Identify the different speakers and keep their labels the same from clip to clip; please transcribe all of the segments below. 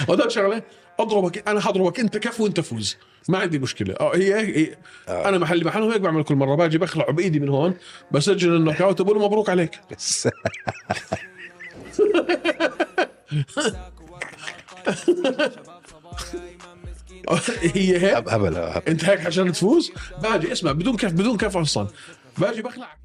Speaker 1: اقدر شغلانه اضربك انا هضربك انت كف وانت فوز ما عندي مشكله اه هي هيك هي.
Speaker 2: آه.
Speaker 1: انا محلي محلهم هيك بعمل كل مره باجي بخلع بايدي من هون بسجل النوك اوت بقول له مبروك عليك
Speaker 2: بس
Speaker 1: آه، هي هيك
Speaker 2: هب- هبل هبل
Speaker 1: انت هيك عشان تفوز باجي اسمع بدون كف بدون كف اصلا باجي بخلعك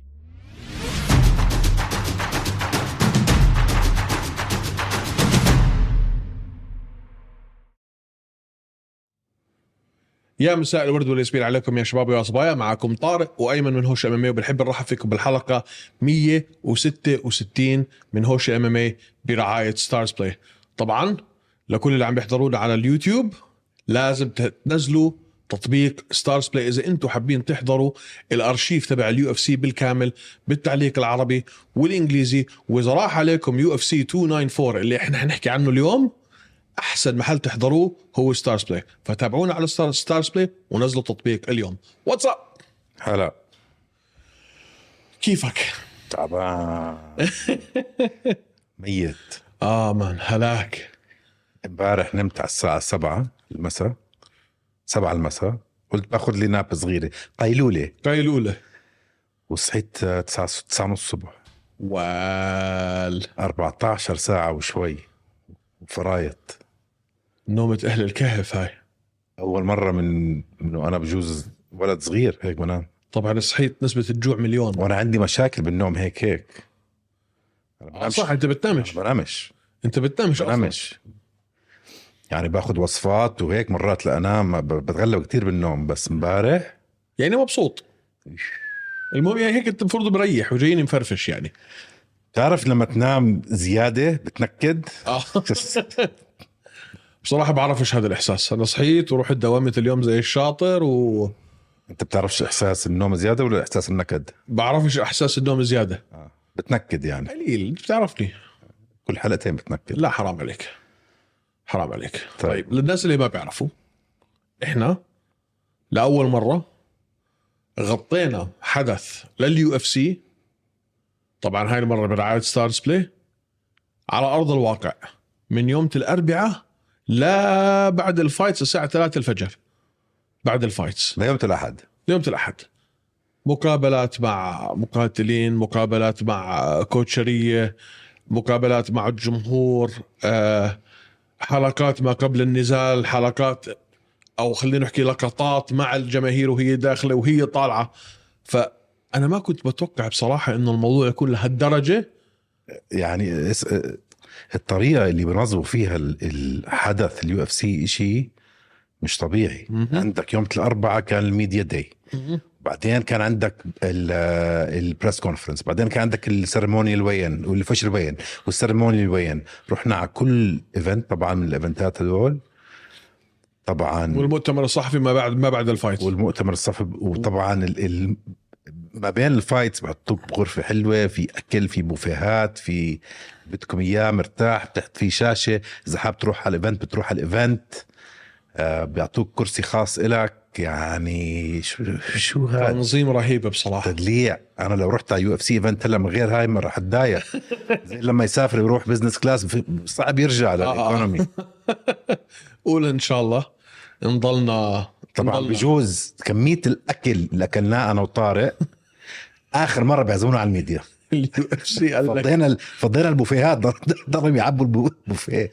Speaker 1: يا مساء الورد والياسمين عليكم يا شباب ويا صبايا معكم طارق وايمن من هوش ام ام وبنحب نرحب فيكم بالحلقه 166 من هوش ام ام برعايه ستارز بلاي طبعا لكل اللي عم بيحضرونا على اليوتيوب لازم تنزلوا تطبيق ستارز بلاي اذا انتم حابين تحضروا الارشيف تبع اليو اف سي بالكامل بالتعليق العربي والانجليزي واذا راح عليكم يو اف سي 294 اللي احنا حنحكي عنه اليوم احسن محل تحضروه هو ستارز بلاي فتابعونا على ستار- ستارز بلاي ونزلوا تطبيق اليوم واتس اب
Speaker 2: هلا
Speaker 1: كيفك
Speaker 2: تعبان ميت
Speaker 1: اه مان هلاك
Speaker 2: امبارح نمت على الساعة 7 المساء 7 المساء قلت باخذ لي ناب صغيرة قيلولة
Speaker 1: هاي الاولى
Speaker 2: وصحيت 9 9 ونص الصبح
Speaker 1: وال
Speaker 2: 14 ساعة وشوي فرايط
Speaker 1: نومة اهل الكهف هاي
Speaker 2: أول مرة من من وأنا بجوز ولد صغير هيك بنام
Speaker 1: طبعا صحيت نسبة الجوع مليون
Speaker 2: وأنا عندي مشاكل بالنوم هيك هيك أنا بنامش
Speaker 1: صح انت بتنامش
Speaker 2: أنا بنامش
Speaker 1: انت بتنامش أصلاً.
Speaker 2: بنامش يعني باخذ وصفات وهيك مرات لانام ب- بتغلب كتير بالنوم بس امبارح
Speaker 1: يعني مبسوط المهم يعني هيك انت المفروض مريح وجايين مفرفش يعني
Speaker 2: بتعرف لما تنام زياده بتنكد
Speaker 1: اه بصراحه بعرفش هذا الاحساس انا صحيت ورحت دوامة اليوم زي الشاطر وبعرفش
Speaker 2: انت بتعرفش احساس النوم زياده ولا احساس النكد آه،
Speaker 1: احساس النوم زياده
Speaker 2: بتنكد يعني
Speaker 1: قليل أنت بتعرفني
Speaker 2: كل حلقتين بتنكد
Speaker 1: لا حرام عليك حرام عليك
Speaker 2: طيب.
Speaker 1: طيب للناس اللي ما بيعرفوا احنا لاول مره غطينا حدث لليو اف سي طبعا هاي المره برعايه ستارز بلاي على ارض الواقع من يوم الاربعاء لا بعد الفايتس الساعه 3 الفجر بعد الفايتس
Speaker 2: ليوم الاحد
Speaker 1: يوم الاحد مقابلات مع مقاتلين مقابلات مع كوتشريه مقابلات مع الجمهور آه، حلقات ما قبل النزال حلقات او خلينا نحكي لقطات مع الجماهير وهي داخله وهي طالعه فانا ما كنت بتوقع بصراحه انه الموضوع يكون لهالدرجه
Speaker 2: يعني اس- اه، الطريقه اللي بنظموا فيها ال- الحدث اليو اف سي شيء مش طبيعي عندك يوم الاربعاء كان الميديا داي بعدين كان عندك البريس كونفرنس بعدين كان عندك السيرموني الوين والفش الوين والسيرموني الوين رحنا على كل ايفنت طبعا من الايفنتات هذول طبعا
Speaker 1: والمؤتمر الصحفي ما بعد ما بعد الفايت
Speaker 2: والمؤتمر الصحفي وطبعا ال ال ما بين الفايتس بحطوك بغرفه حلوه في اكل في بوفيهات في بدكم اياه مرتاح تحت في شاشه اذا حاب تروح على الايفنت بتروح على الايفنت آه بيعطوك كرسي خاص إلك يعني شو شو هذا
Speaker 1: تنظيم رهيبه بصراحه
Speaker 2: تدليع انا لو رحت على يو اف سي ايفنت هلا من غير هاي ما راح اتضايق زي لما يسافر يروح بزنس كلاس في- صعب يرجع
Speaker 1: آه،
Speaker 2: للايكونومي
Speaker 1: قول ان شاء الله نضلنا
Speaker 2: طبعا
Speaker 1: نضلنا-
Speaker 2: بجوز كميه الاكل اللي اكلناه انا وطارق اخر مره بيعزمونا على الميديا
Speaker 1: اليو اف سي قال لك
Speaker 2: فضينا ال- فضينا البوفيهات ضل- ضلهم يعبوا البو- البوفيه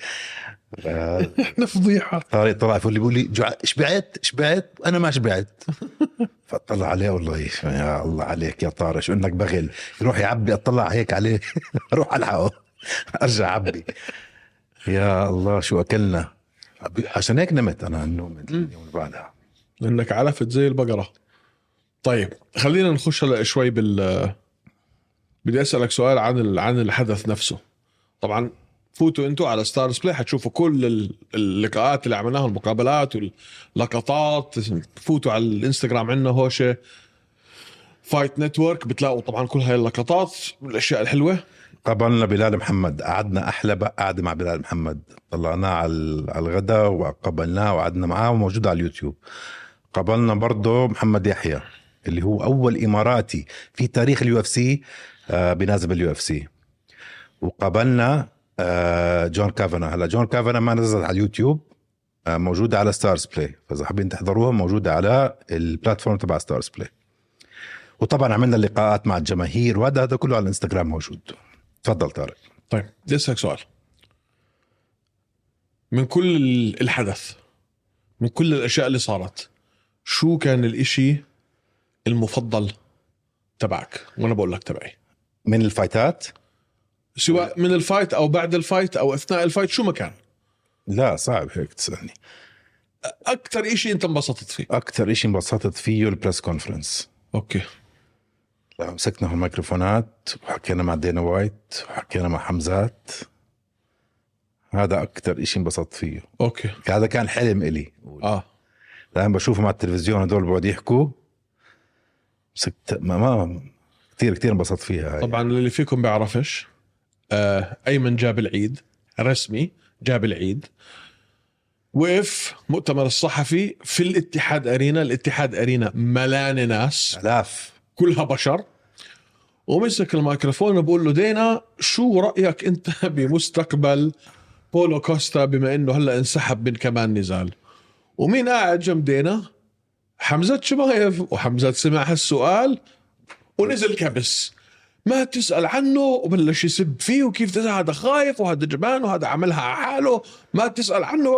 Speaker 1: احنا فضيحه
Speaker 2: طارق طلع فوق لي بيقول لي جوع شبعت شبعت انا ما شبعت فاطلع عليه والله يا الله عليك يا طارق شو انك بغل يروح يعبي اطلع هيك عليه اروح الحقه ارجع عبي يا الله شو اكلنا عشان هيك نمت انا النوم اليوم اللي بعدها
Speaker 1: لانك علفت زي البقره طيب خلينا نخش هلا شوي بال بدي اسالك سؤال عن ال... عن الحدث نفسه طبعا فوتوا انتوا على ستارز بلاي حتشوفوا كل ال- اللقاءات اللي عملناها المقابلات واللقطات فوتوا على الانستغرام عندنا هوشه فايت نتورك بتلاقوا طبعا كل هاي اللقطات والاشياء الحلوه
Speaker 2: قابلنا بلال محمد قعدنا احلى بق- قعده مع بلال محمد طلعناه على ال- على الغداء وقابلناه وقعدنا معاه وموجود على اليوتيوب قابلنا برضه محمد يحيى اللي هو اول اماراتي آه، في تاريخ اليو اف سي بنازل باليو اف سي وقابلنا آه جون كافانا هلا جون كافانا ما نزلت على اليوتيوب آه موجوده على ستارز بلاي فاذا حابين تحضروها موجوده على البلاتفورم تبع ستارز بلاي وطبعا عملنا لقاءات مع الجماهير وهذا هذا كله على الانستغرام موجود تفضل طارق
Speaker 1: طيب بدي اسالك سؤال من كل ال- الحدث من كل الاشياء اللي صارت شو كان الاشي المفضل تبعك وانا بقول لك تبعي
Speaker 2: من الفايتات
Speaker 1: سواء من الفايت او بعد الفايت او اثناء الفايت شو ما كان
Speaker 2: لا صعب هيك تسالني
Speaker 1: اكثر اشي انت انبسطت فيه
Speaker 2: اكثر شيء انبسطت فيه البريس كونفرنس
Speaker 1: اوكي
Speaker 2: لما مسكنا في الميكروفونات وحكينا مع دينا وايت وحكينا مع حمزات هذا اكثر شيء انبسطت فيه
Speaker 1: اوكي
Speaker 2: هذا كان حلم الي
Speaker 1: اه
Speaker 2: لما بشوفهم على التلفزيون هدول بقعد يحكوا مسكت ما, ما كثير كثير انبسطت فيها هاي.
Speaker 1: طبعا للي فيكم بيعرفش آه ايمن جاب العيد رسمي جاب العيد وقف مؤتمر الصحفي في الاتحاد ارينا الاتحاد ارينا ملان ناس
Speaker 2: الاف
Speaker 1: كلها بشر ومسك الميكروفون وبقول له دينا شو رايك انت بمستقبل بولو كوستا بما انه هلا انسحب من كمان نزال ومين قاعد جنب دينا حمزه شبايف وحمزه سمع هالسؤال ونزل كبس ما تسال عنه وبلش يسب فيه وكيف تزعل هذا خايف وهذا جبان وهذا عملها على حاله ما تسال عنه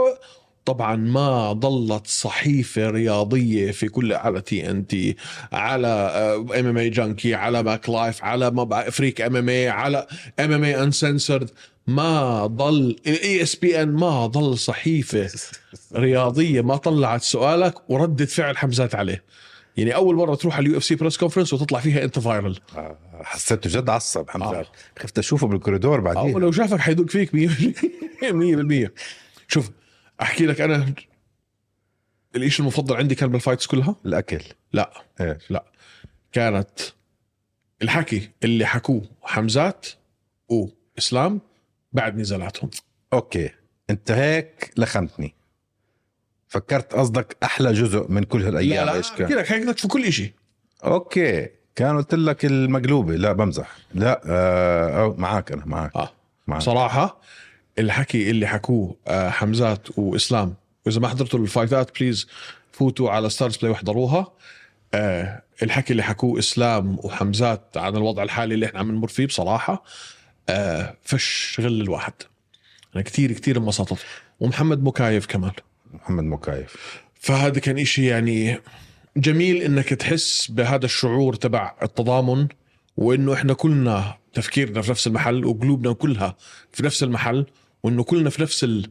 Speaker 1: طبعا ما ضلت صحيفه رياضيه في كل على تي ان تي على آه، ام ام اي جانكي على باك لايف على ما بع- فريك ام ام اي على ام ام اي انسنسرد ما E ضل الاي اس بي ان ما ضل صحيفه رياضيه ما طلعت سؤالك وردت فعل حمزات عليه يعني اول مره تروح على اليو اف سي بريس كونفرنس وتطلع فيها انت فايرل
Speaker 2: آه، حسيته جد عصب حمزات خفت اشوفه بالكوريدور
Speaker 1: او
Speaker 2: بعدين
Speaker 1: لو آه، شافك حيدق فيك 100% 100% شوف احكي لك انا الإشي المفضل عندي كان بالفايتس كلها
Speaker 2: الاكل
Speaker 1: لا
Speaker 2: إيه.
Speaker 1: لا كانت الحكي اللي حكوه حمزات واسلام بعد نزالاتهم
Speaker 2: اوكي انت هيك لخمتني فكرت قصدك احلى جزء من كل
Speaker 1: لا
Speaker 2: هالايام
Speaker 1: لا
Speaker 2: ايش كان
Speaker 1: احكي لك حكي لك في كل إشي
Speaker 2: اوكي كان قلت لك المقلوبه لا بمزح لا آه أو معاك انا معاك
Speaker 1: اه
Speaker 2: معاك
Speaker 1: صراحة الحكي اللي حكوه آه، حمزات وإسلام وإذا ما حضرتوا الفايتات بليز فوتوا على ستارز بلاي واحضروها آه، الحكي اللي حكوه إسلام وحمزات عن الوضع الحالي اللي احنا عم نمر فيه بصراحة آه، فش غل الواحد أنا كتير كتير انبسطت ومحمد مكايف كمان
Speaker 2: محمد مكايف
Speaker 1: فهذا كان إشي يعني جميل انك تحس بهذا الشعور تبع التضامن وانه احنا كلنا تفكيرنا في نفس المحل وقلوبنا كلها في نفس المحل وانه كلنا في نفس ال...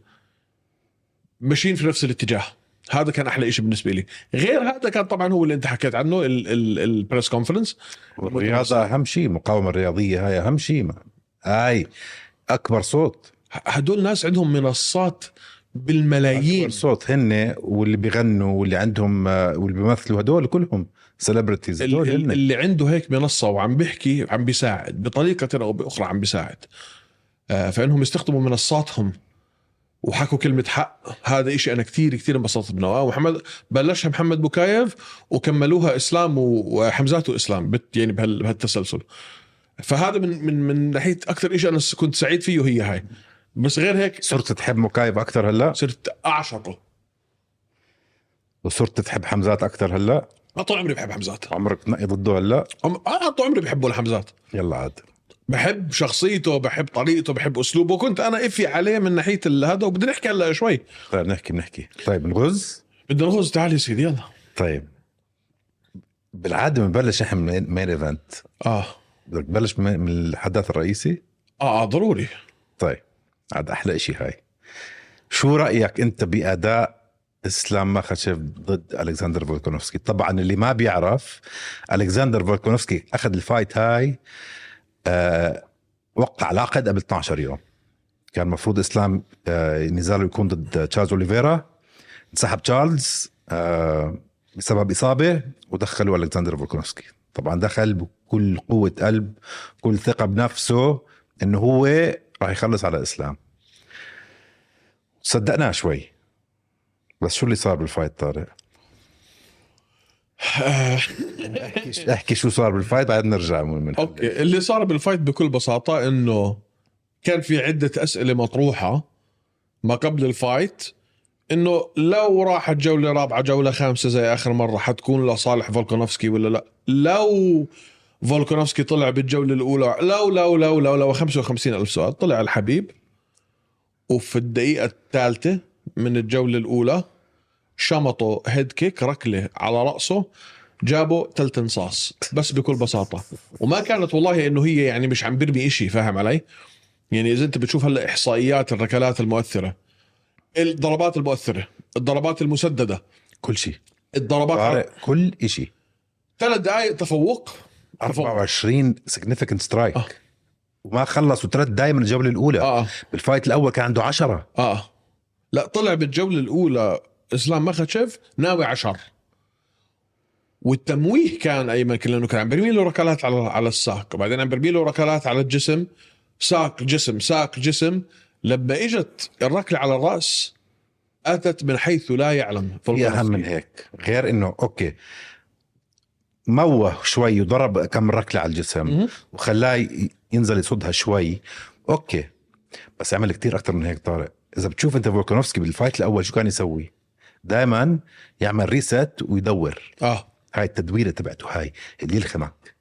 Speaker 1: ماشيين في نفس الاتجاه هذا كان احلى شيء بالنسبه لي غير هذا كان طبعا هو اللي انت حكيت عنه ال- ال- البريس كونفرنس
Speaker 2: الرياضه اهم شيء المقاومه الرياضيه هاي اهم شيء ما. هاي اكبر صوت
Speaker 1: ه- هدول ناس عندهم منصات بالملايين
Speaker 2: اكبر صوت هن واللي بيغنوا واللي عندهم آه، واللي بيمثلوا هدول كلهم سيلبرتيز
Speaker 1: ال-
Speaker 2: هدول
Speaker 1: ال-
Speaker 2: هن
Speaker 1: اللي عنده هيك منصه وعم بيحكي عم بيساعد بطريقه او باخرى عم بيساعد آه، فانهم يستخدموا منصاتهم وحكوا كلمة حق هذا إشي أنا كتير كتير انبسطت منه آه، ومحمد بلشها محمد بوكايف وكملوها إسلام و- وحمزات وإسلام بت يعني بهال- بهالتسلسل فهذا من من من ناحية أكثر إشي أنا س- كنت سعيد فيه هي هاي بس غير هيك
Speaker 2: صرت تحب مكايف اكثر هلا
Speaker 1: صرت أعشقه
Speaker 2: وصرت تحب حمزات اكثر هلا
Speaker 1: أنا طول عمري بحب حمزات
Speaker 2: عمرك تنقي ضده هلا
Speaker 1: عم- أنا طول عمري بحبه لحمزات
Speaker 2: يلا عاد
Speaker 1: بحب شخصيته بحب طريقته بحب اسلوبه كنت انا افي عليه من ناحيه ال- هذا وبدنا نحكي هلا شوي
Speaker 2: طيب نحكي بنحكي طيب نغز
Speaker 1: بدنا نغوص تعال يا سيدي يلا
Speaker 2: طيب بالعاده بنبلش احنا من مين ايفنت
Speaker 1: اه
Speaker 2: بدك تبلش من من الحدث الرئيسي
Speaker 1: اه, آه ضروري
Speaker 2: طيب عاد احلى إشي هاي شو رايك انت باداء اسلام ماخاتشيف ضد الكسندر فولكونوفسكي طبعا اللي ما بيعرف الكسندر فولكونوفسكي اخذ الفايت هاي آه وقع العقد قبل 12 يوم كان المفروض اسلام آه نزاله يكون ضد تشارلز اوليفيرا انسحب تشارلز آه بسبب اصابه ودخلوا الكسندر فولكونوفسكي طبعا دخل بكل قوه قلب كل ثقه بنفسه انه هو راح يخلص على اسلام صدقناه شوي بس شو اللي صار بالفايت طارق
Speaker 1: آه.
Speaker 2: احكي شو صار بالفايت بعد نرجع من من
Speaker 1: اوكي اللي صار بالفايت بكل بساطه انه كان في عده اسئله مطروحه ما قبل الفايت انه لو راحت جوله رابعه جوله خامسه زي اخر مره حتكون لصالح فولكانوفسكي ولا لا لو فولكانوفسكي طلع بالجوله الاولى لو لو لو لو لو 55 الف سؤال طلع الحبيب وفي الدقيقه الثالثه من الجوله الاولى شمطه هيد كيك ركله على راسه جابوا ثلاث انصاص بس بكل بساطه وما كانت والله انه هي يعني مش عم برمي إشي فاهم علي يعني اذا انت بتشوف هلا احصائيات الركلات المؤثره الضربات المؤثره الضربات المسدده
Speaker 2: كل شيء
Speaker 1: الضربات على-
Speaker 2: طارق كل شيء
Speaker 1: ثلاث دقائق تفوق تفوق.
Speaker 2: 24 سيجنفكنت سترايك
Speaker 1: آه.
Speaker 2: وما خلص وثلاث دقايق من الجوله الاولى
Speaker 1: اه
Speaker 2: بالفايت الاول كان عنده 10
Speaker 1: اه لا طلع بالجوله الاولى اسلام مخاتشيف ناوي عشر والتمويه كان ايمن كان لانه كان عم برمي له ركلات على على الساق وبعدين عم برمي له ركلات على الجسم ساق جسم ساق جسم لما اجت الركله على الراس اتت من حيث لا يعلم
Speaker 2: في اهم من هيك غير انه اوكي موه شوي وضرب كم ركله على الجسم
Speaker 1: مهم.
Speaker 2: وخلاه ي- ينزل يصدها شوي اوكي بس عمل كتير اكتر من هيك طارق اذا بتشوف انت فولكانوفسكي بالفايت الاول شو كان يسوي دائما يعمل ريست ويدور
Speaker 1: اه
Speaker 2: هاي التدويره تبعته هاي اللي يلخمك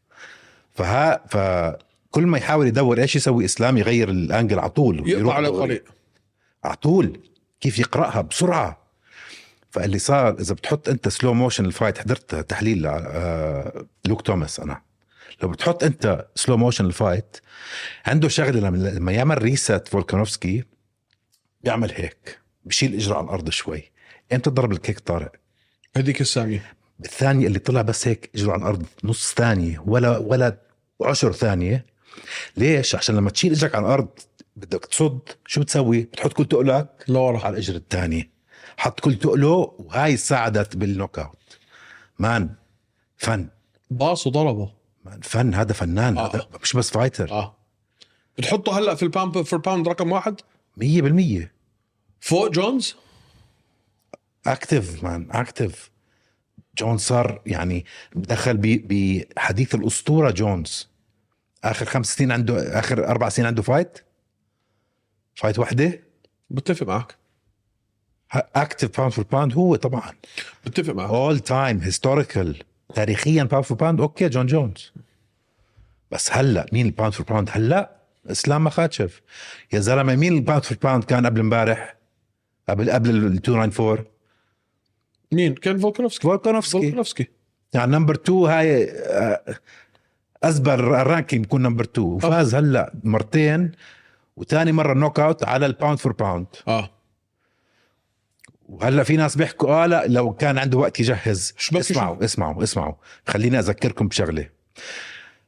Speaker 2: فها فكل ما يحاول يدور ايش يسوي اسلام يغير الانجل على طول
Speaker 1: يقطع على
Speaker 2: دغري.
Speaker 1: الطريق
Speaker 2: على طول كيف يقراها بسرعه فاللي صار اذا بتحط انت سلو موشن الفايت حضرت تحليل آه، لوك توماس انا لو بتحط انت سلو موشن الفايت عنده شغله لما- لما يعمل ريست فولكانوفسكي بيعمل هيك بشيل اجره على الارض شوي امتى ضرب الكيك طارق
Speaker 1: هذيك الثانيه
Speaker 2: الثانية اللي طلع بس هيك اجره على الارض نص ثانية ولا ولا عشر ثانية ليش؟ عشان لما تشيل اجرك على الارض بدك تصد شو بتسوي؟ بتحط كل تقلك
Speaker 1: لورا
Speaker 2: على الاجر الثاني حط كل تقله وهاي ساعدت بالنوك اوت مان فن
Speaker 1: باص وضربه
Speaker 2: مان فن هذا فنان
Speaker 1: آه.
Speaker 2: هذا مش بس فايتر
Speaker 1: اه بتحطه هلا في الباوند في الباوند رقم واحد
Speaker 2: 100%
Speaker 1: فوق جونز
Speaker 2: اكتف مان اكتف جون صار يعني دخل ب- بحديث الاسطوره جونز اخر خمس سنين عنده اخر اربع سنين عنده فايت فايت واحده
Speaker 1: بتفق معك
Speaker 2: اكتف باوند فور باوند هو طبعا
Speaker 1: بتفق معك
Speaker 2: اول تايم هيستوريكال تاريخيا باوند فور باوند اوكي جون جونز بس هلا مين الباوند فور باوند هلا اسلام مخاتشف يا زلمه مين الباوند فور باوند كان قبل امبارح قبل قبل ال 294
Speaker 1: مين كان فولكانوفسكي
Speaker 2: فولكانوفسكي
Speaker 1: فولكانوفسكي
Speaker 2: يعني نمبر 2 هاي آه، اسبل رانكينج يكون نمبر 2 وفاز هلا مرتين وتاني مره نوك اوت على الباوند فور باوند
Speaker 1: اه
Speaker 2: وهلا في ناس بيحكوا اه لا لو كان عنده وقت يجهز
Speaker 1: شو بك
Speaker 2: اسمعوا اسمعوا اسمعوا خليني اذكركم بشغله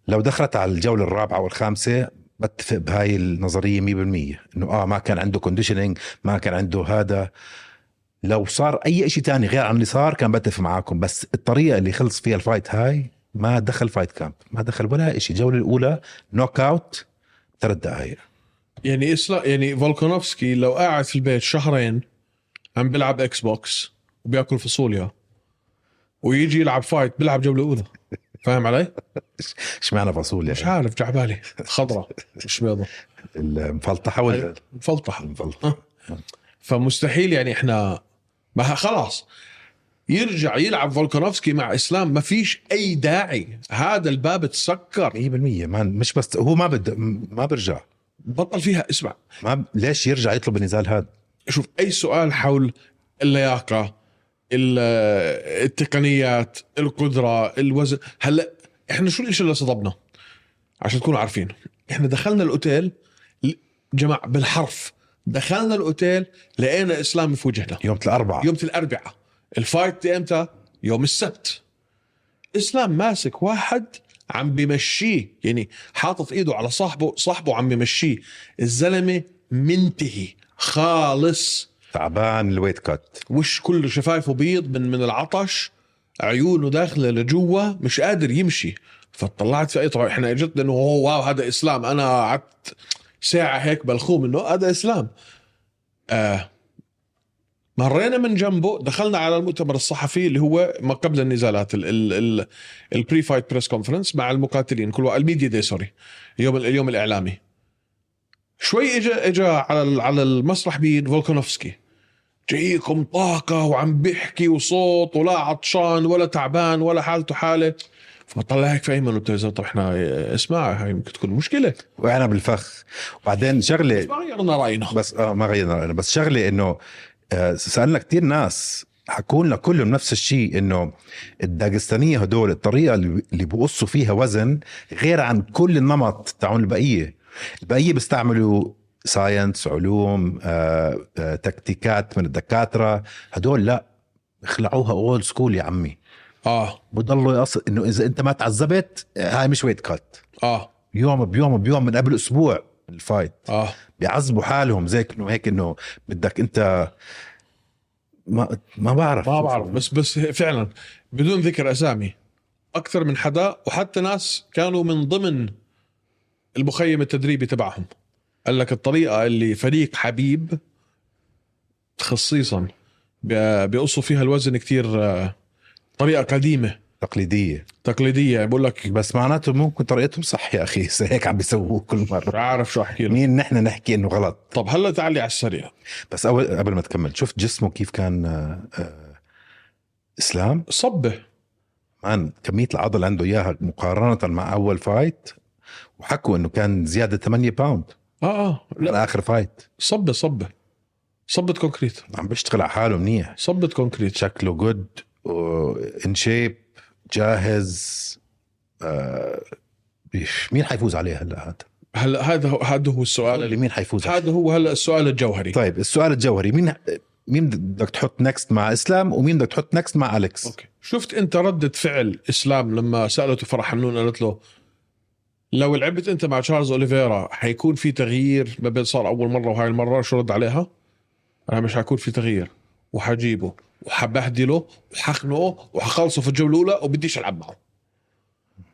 Speaker 2: لو دخلت على الجوله الرابعه والخامسه بتفق بهاي النظريه 100% انه اه ما كان عنده كونديشنينج ما كان عنده هذا لو صار اي شيء تاني غير عن اللي صار كان بتفق معاكم بس الطريقه اللي خلص فيها الفايت هاي ما دخل فايت كامب ما دخل ولا شيء الجوله الاولى نوك اوت ثلاث دقائق
Speaker 1: يعني اسلا يعني فولكانوفسكي لو قاعد في البيت شهرين عم بيلعب اكس بوكس وبياكل فاصوليا ويجي يلعب فايت بيلعب جوله اولى فاهم علي؟
Speaker 2: اشمعنى فاصوليا
Speaker 1: مش عارف جعبالي خضراء مش بيضة
Speaker 2: المفلطحه
Speaker 1: أيوة.
Speaker 2: ولا
Speaker 1: مفلطحة
Speaker 2: المفلطحه
Speaker 1: فمستحيل يعني احنا ما ه- خلاص يرجع يلعب فولكانوفسكي مع اسلام ما فيش اي داعي هذا الباب تسكر
Speaker 2: 100% مان مش بس هو ما بده ما برجع
Speaker 1: بطل فيها اسمع
Speaker 2: ما ب... ليش يرجع يطلب النزال هذا
Speaker 1: شوف اي سؤال حول اللياقه ال- التقنيات القدره الوزن هلا احنا شو الشيء اللي صدمنا عشان تكونوا عارفين احنا دخلنا الاوتيل ل- جماعه بالحرف دخلنا الاوتيل لقينا اسلام في وجهنا
Speaker 2: يوم الاربعاء يوم...
Speaker 1: يوم الاربعاء الفايت امتى يوم السبت اسلام ماسك واحد عم بمشيه يعني حاطط ايده على صاحبه صاحبه عم بمشيه الزلمه منتهي خالص
Speaker 2: تعبان الويت كات
Speaker 1: وش كله شفايفه بيض من من العطش عيونه داخله لجوا مش قادر يمشي فطلعت في اي طبعا احنا اجتنا انه هو واو هذا اسلام انا قعدت ساعه هيك بلخوم انه هذا اسلام آه مرينا من جنبه دخلنا على المؤتمر الصحفي اللي هو ما قبل النزالات ال- ال- ال- البري فايت بريس كونفرنس مع المقاتلين كل واحد- الميديا دي سوري يوم اليوم الاعلامي شوي اجى اجى على ال- على المسرح مين فولكانوفسكي جايكم طاقة وعم بيحكي وصوت ولا عطشان ولا تعبان ولا حالته حالة فبطلع هيك في ايمن قلت له طب احنا اسمع هاي ممكن تكون مشكلة
Speaker 2: وقعنا بالفخ وبعدين شغله
Speaker 1: بس ما غيرنا رأينا
Speaker 2: بس اه ما غيرنا رأينا بس شغله انه آه، سالنا كثير ناس حكوا لنا كلهم نفس الشيء انه الداغستانيه هدول الطريقه اللي اللي بقصوا فيها وزن غير عن كل النمط تاعون البقيه البقيه بيستعملوا ساينس علوم آه، آه، تكتيكات من الدكاتره هدول لا اخلعوها اولد سكول يا عمي
Speaker 1: اه
Speaker 2: بضلوا يقص انه اذا انت ما تعذبت آه، هاي مش ويت كات
Speaker 1: اه
Speaker 2: يوم بيوم بيوم من قبل اسبوع الفايت
Speaker 1: اه
Speaker 2: بيعذبوا حالهم زي انه هيك انه بدك انت ما ما بعرف
Speaker 1: ما بعرف بس بس فعلا بدون ذكر اسامي اكثر من حدا وحتى ناس كانوا من ضمن المخيم التدريبي تبعهم قال لك الطريقه اللي فريق حبيب خصيصا ب- بيقصوا فيها الوزن كثير آه، طريقه قديمه
Speaker 2: تقليديه
Speaker 1: تقليديه بقول لك
Speaker 2: بس معناته ممكن طريقتهم صح يا اخي زي هيك عم بيسووه كل
Speaker 1: مش
Speaker 2: مره
Speaker 1: عارف شو احكي لك
Speaker 2: مين نحن نحكي انه غلط
Speaker 1: طب هلا تعالي على السريع
Speaker 2: بس اول قبل ما تكمل شفت جسمه كيف كان آه، آه، اسلام
Speaker 1: صبه
Speaker 2: مان كميه العضل عنده اياها مقارنه مع اول فايت وحكوا انه كان زياده 8 باوند
Speaker 1: اه اه لا
Speaker 2: على اخر فايت
Speaker 1: صبه صبه صبه كونكريت
Speaker 2: عم بيشتغل على حاله منيح
Speaker 1: صبه كونكريت
Speaker 2: شكله جود ان شيب جاهز آه، بيش- مين حيفوز عليه هلا هذا؟
Speaker 1: هلا هذا هو هذا هو السؤال
Speaker 2: اللي مين حيفوز عليه؟
Speaker 1: هذا هو هلا السؤال الجوهري
Speaker 2: طيب السؤال الجوهري مين مين بدك تحط نكست مع اسلام ومين بدك تحط نكست مع اليكس؟
Speaker 1: اوكي شفت انت ردة فعل اسلام لما سالته فرح حنون قالت له لو لعبت انت مع تشارلز اوليفيرا حيكون في تغيير ما بين صار اول مره وهاي المره شو رد عليها؟ انا مش حيكون في تغيير وحجيبه وحبهدله وحخنقه وحخلصه في الجوله الاولى وبديش العب معه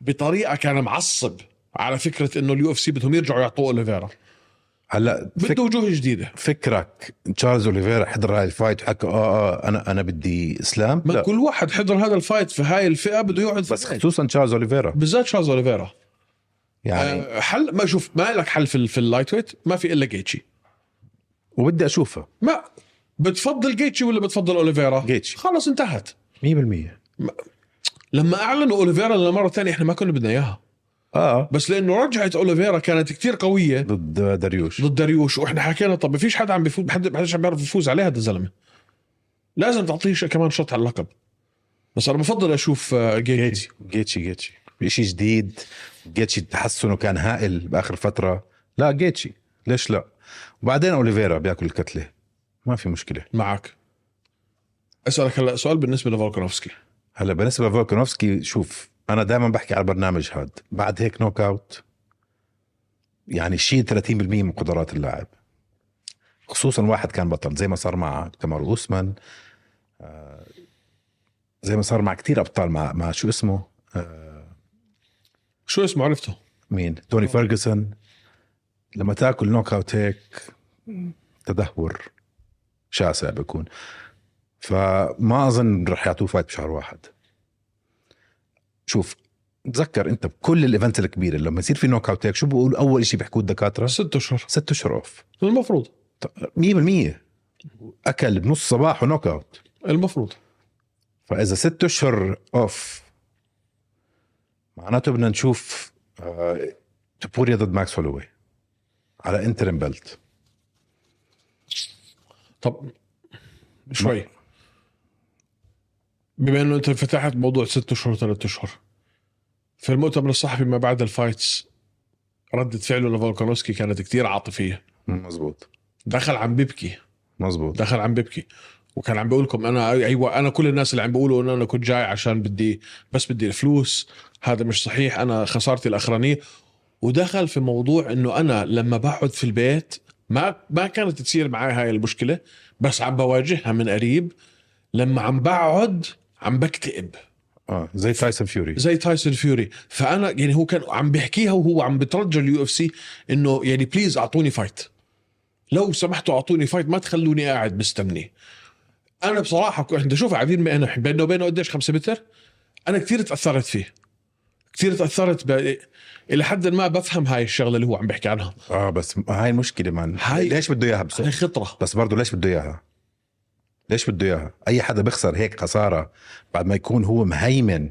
Speaker 1: بطريقه كان معصب على فكره انه اليو اف سي بدهم يرجعوا يعطوه اوليفيرا
Speaker 2: هلا فك
Speaker 1: بده وجوه جديده
Speaker 2: فكرك تشارلز اوليفيرا حضر هاي الفايت وحكى اه اه انا انا بدي اسلام
Speaker 1: ما
Speaker 2: لا
Speaker 1: كل واحد حضر هذا الفايت في هاي الفئه بده يقعد في
Speaker 2: بس
Speaker 1: البيت.
Speaker 2: خصوصا تشارلز اوليفيرا
Speaker 1: بالذات تشارلز اوليفيرا
Speaker 2: يعني
Speaker 1: آه، حل ما شوف ما لك حل في ال- في اللايت ويت ما في الا جيتشي
Speaker 2: وبدي اشوفها
Speaker 1: ما بتفضل جيتشي ولا بتفضل اوليفيرا
Speaker 2: جيتشي.
Speaker 1: خلص انتهت
Speaker 2: 100%
Speaker 1: لما اعلنوا اوليفيرا للمره الثانيه احنا ما كنا بدنا اياها
Speaker 2: اه
Speaker 1: بس لانه رجعت اوليفيرا كانت كتير قويه
Speaker 2: ضد دريوش
Speaker 1: ضد داريوش واحنا حكينا طب ما فيش حدا عم بيفوز حد حداش عم بيعرف يفوز عليه هذا الزلمه لازم تعطيه شيء كمان شط على اللقب بس انا بفضل اشوف آه، جيتشي
Speaker 2: جيتشي جيتشي شيء جديد جيتشي تحسنه كان هائل باخر فتره لا جيتشي ليش لا وبعدين اوليفيرا بياكل الكتله ما في مشكله
Speaker 1: معك اسالك هلا سؤال بالنسبه لفولكانوفسكي
Speaker 2: هلا بالنسبه لفولكانوفسكي شوف انا دائما بحكي على البرنامج هذا بعد هيك نوك اوت يعني شيء 30% من قدرات اللاعب خصوصا واحد كان بطل زي ما صار مع كمال اوسمان آه، زي ما صار مع كتير ابطال مع مع شو اسمه آه،
Speaker 1: شو اسمه عرفته
Speaker 2: مين؟ توني فيرجسون لما تاكل نوك اوت هيك تدهور شاسع بيكون فما اظن رح يعطوه فايت بشهر واحد شوف تذكر انت بكل الايفنتس الكبيره لما يصير في نوك اوت هيك شو بقول اول شيء بيحكوه الدكاتره؟
Speaker 1: ست اشهر
Speaker 2: ست اشهر اوف
Speaker 1: المفروض
Speaker 2: 100% اكل بنص صباحه نوك اوت
Speaker 1: المفروض
Speaker 2: فاذا ست اشهر اوف معناته بدنا نشوف آه، تبوريا ضد ماكس هولوي على انترم بيلت
Speaker 1: طب شوي بما انه انت فتحت موضوع ست اشهر ثلاث اشهر في المؤتمر الصحفي ما بعد الفايتس ردة فعله لفولكانوسكي كانت كتير عاطفية
Speaker 2: مزبوط
Speaker 1: دخل عم بيبكي
Speaker 2: مزبوط
Speaker 1: دخل عم بيبكي وكان عم بقول لكم انا ايوه انا كل الناس اللي عم بيقولوا انه انا كنت جاي عشان بدي بس بدي الفلوس هذا مش صحيح انا خسارتي الاخرانيه ودخل في موضوع انه انا لما بقعد في البيت ما ما كانت تصير معي هاي المشكله بس عم بواجهها من قريب لما عم بقعد عم بكتئب
Speaker 2: اه زي تايسون فيوري
Speaker 1: زي تايسون فيوري فانا يعني هو كان عم بيحكيها وهو عم بترجى اليو اف سي انه يعني بليز اعطوني فايت لو سمحتوا اعطوني فايت ما تخلوني قاعد مستني انا بصراحه كو- انت شوف قاعدين بينه بينه وبينه قديش 5 متر انا كثير تاثرت فيه كثير تاثرت ب... الى حد ما بفهم هاي الشغله اللي هو عم بيحكي عنها
Speaker 2: اه بس هاي المشكله مان
Speaker 1: هاي-
Speaker 2: ليش بده اياها بس
Speaker 1: هاي خطره
Speaker 2: بس برضه ليش بده اياها ليش بده اياها اي حدا بيخسر هيك خساره بعد ما يكون هو مهيمن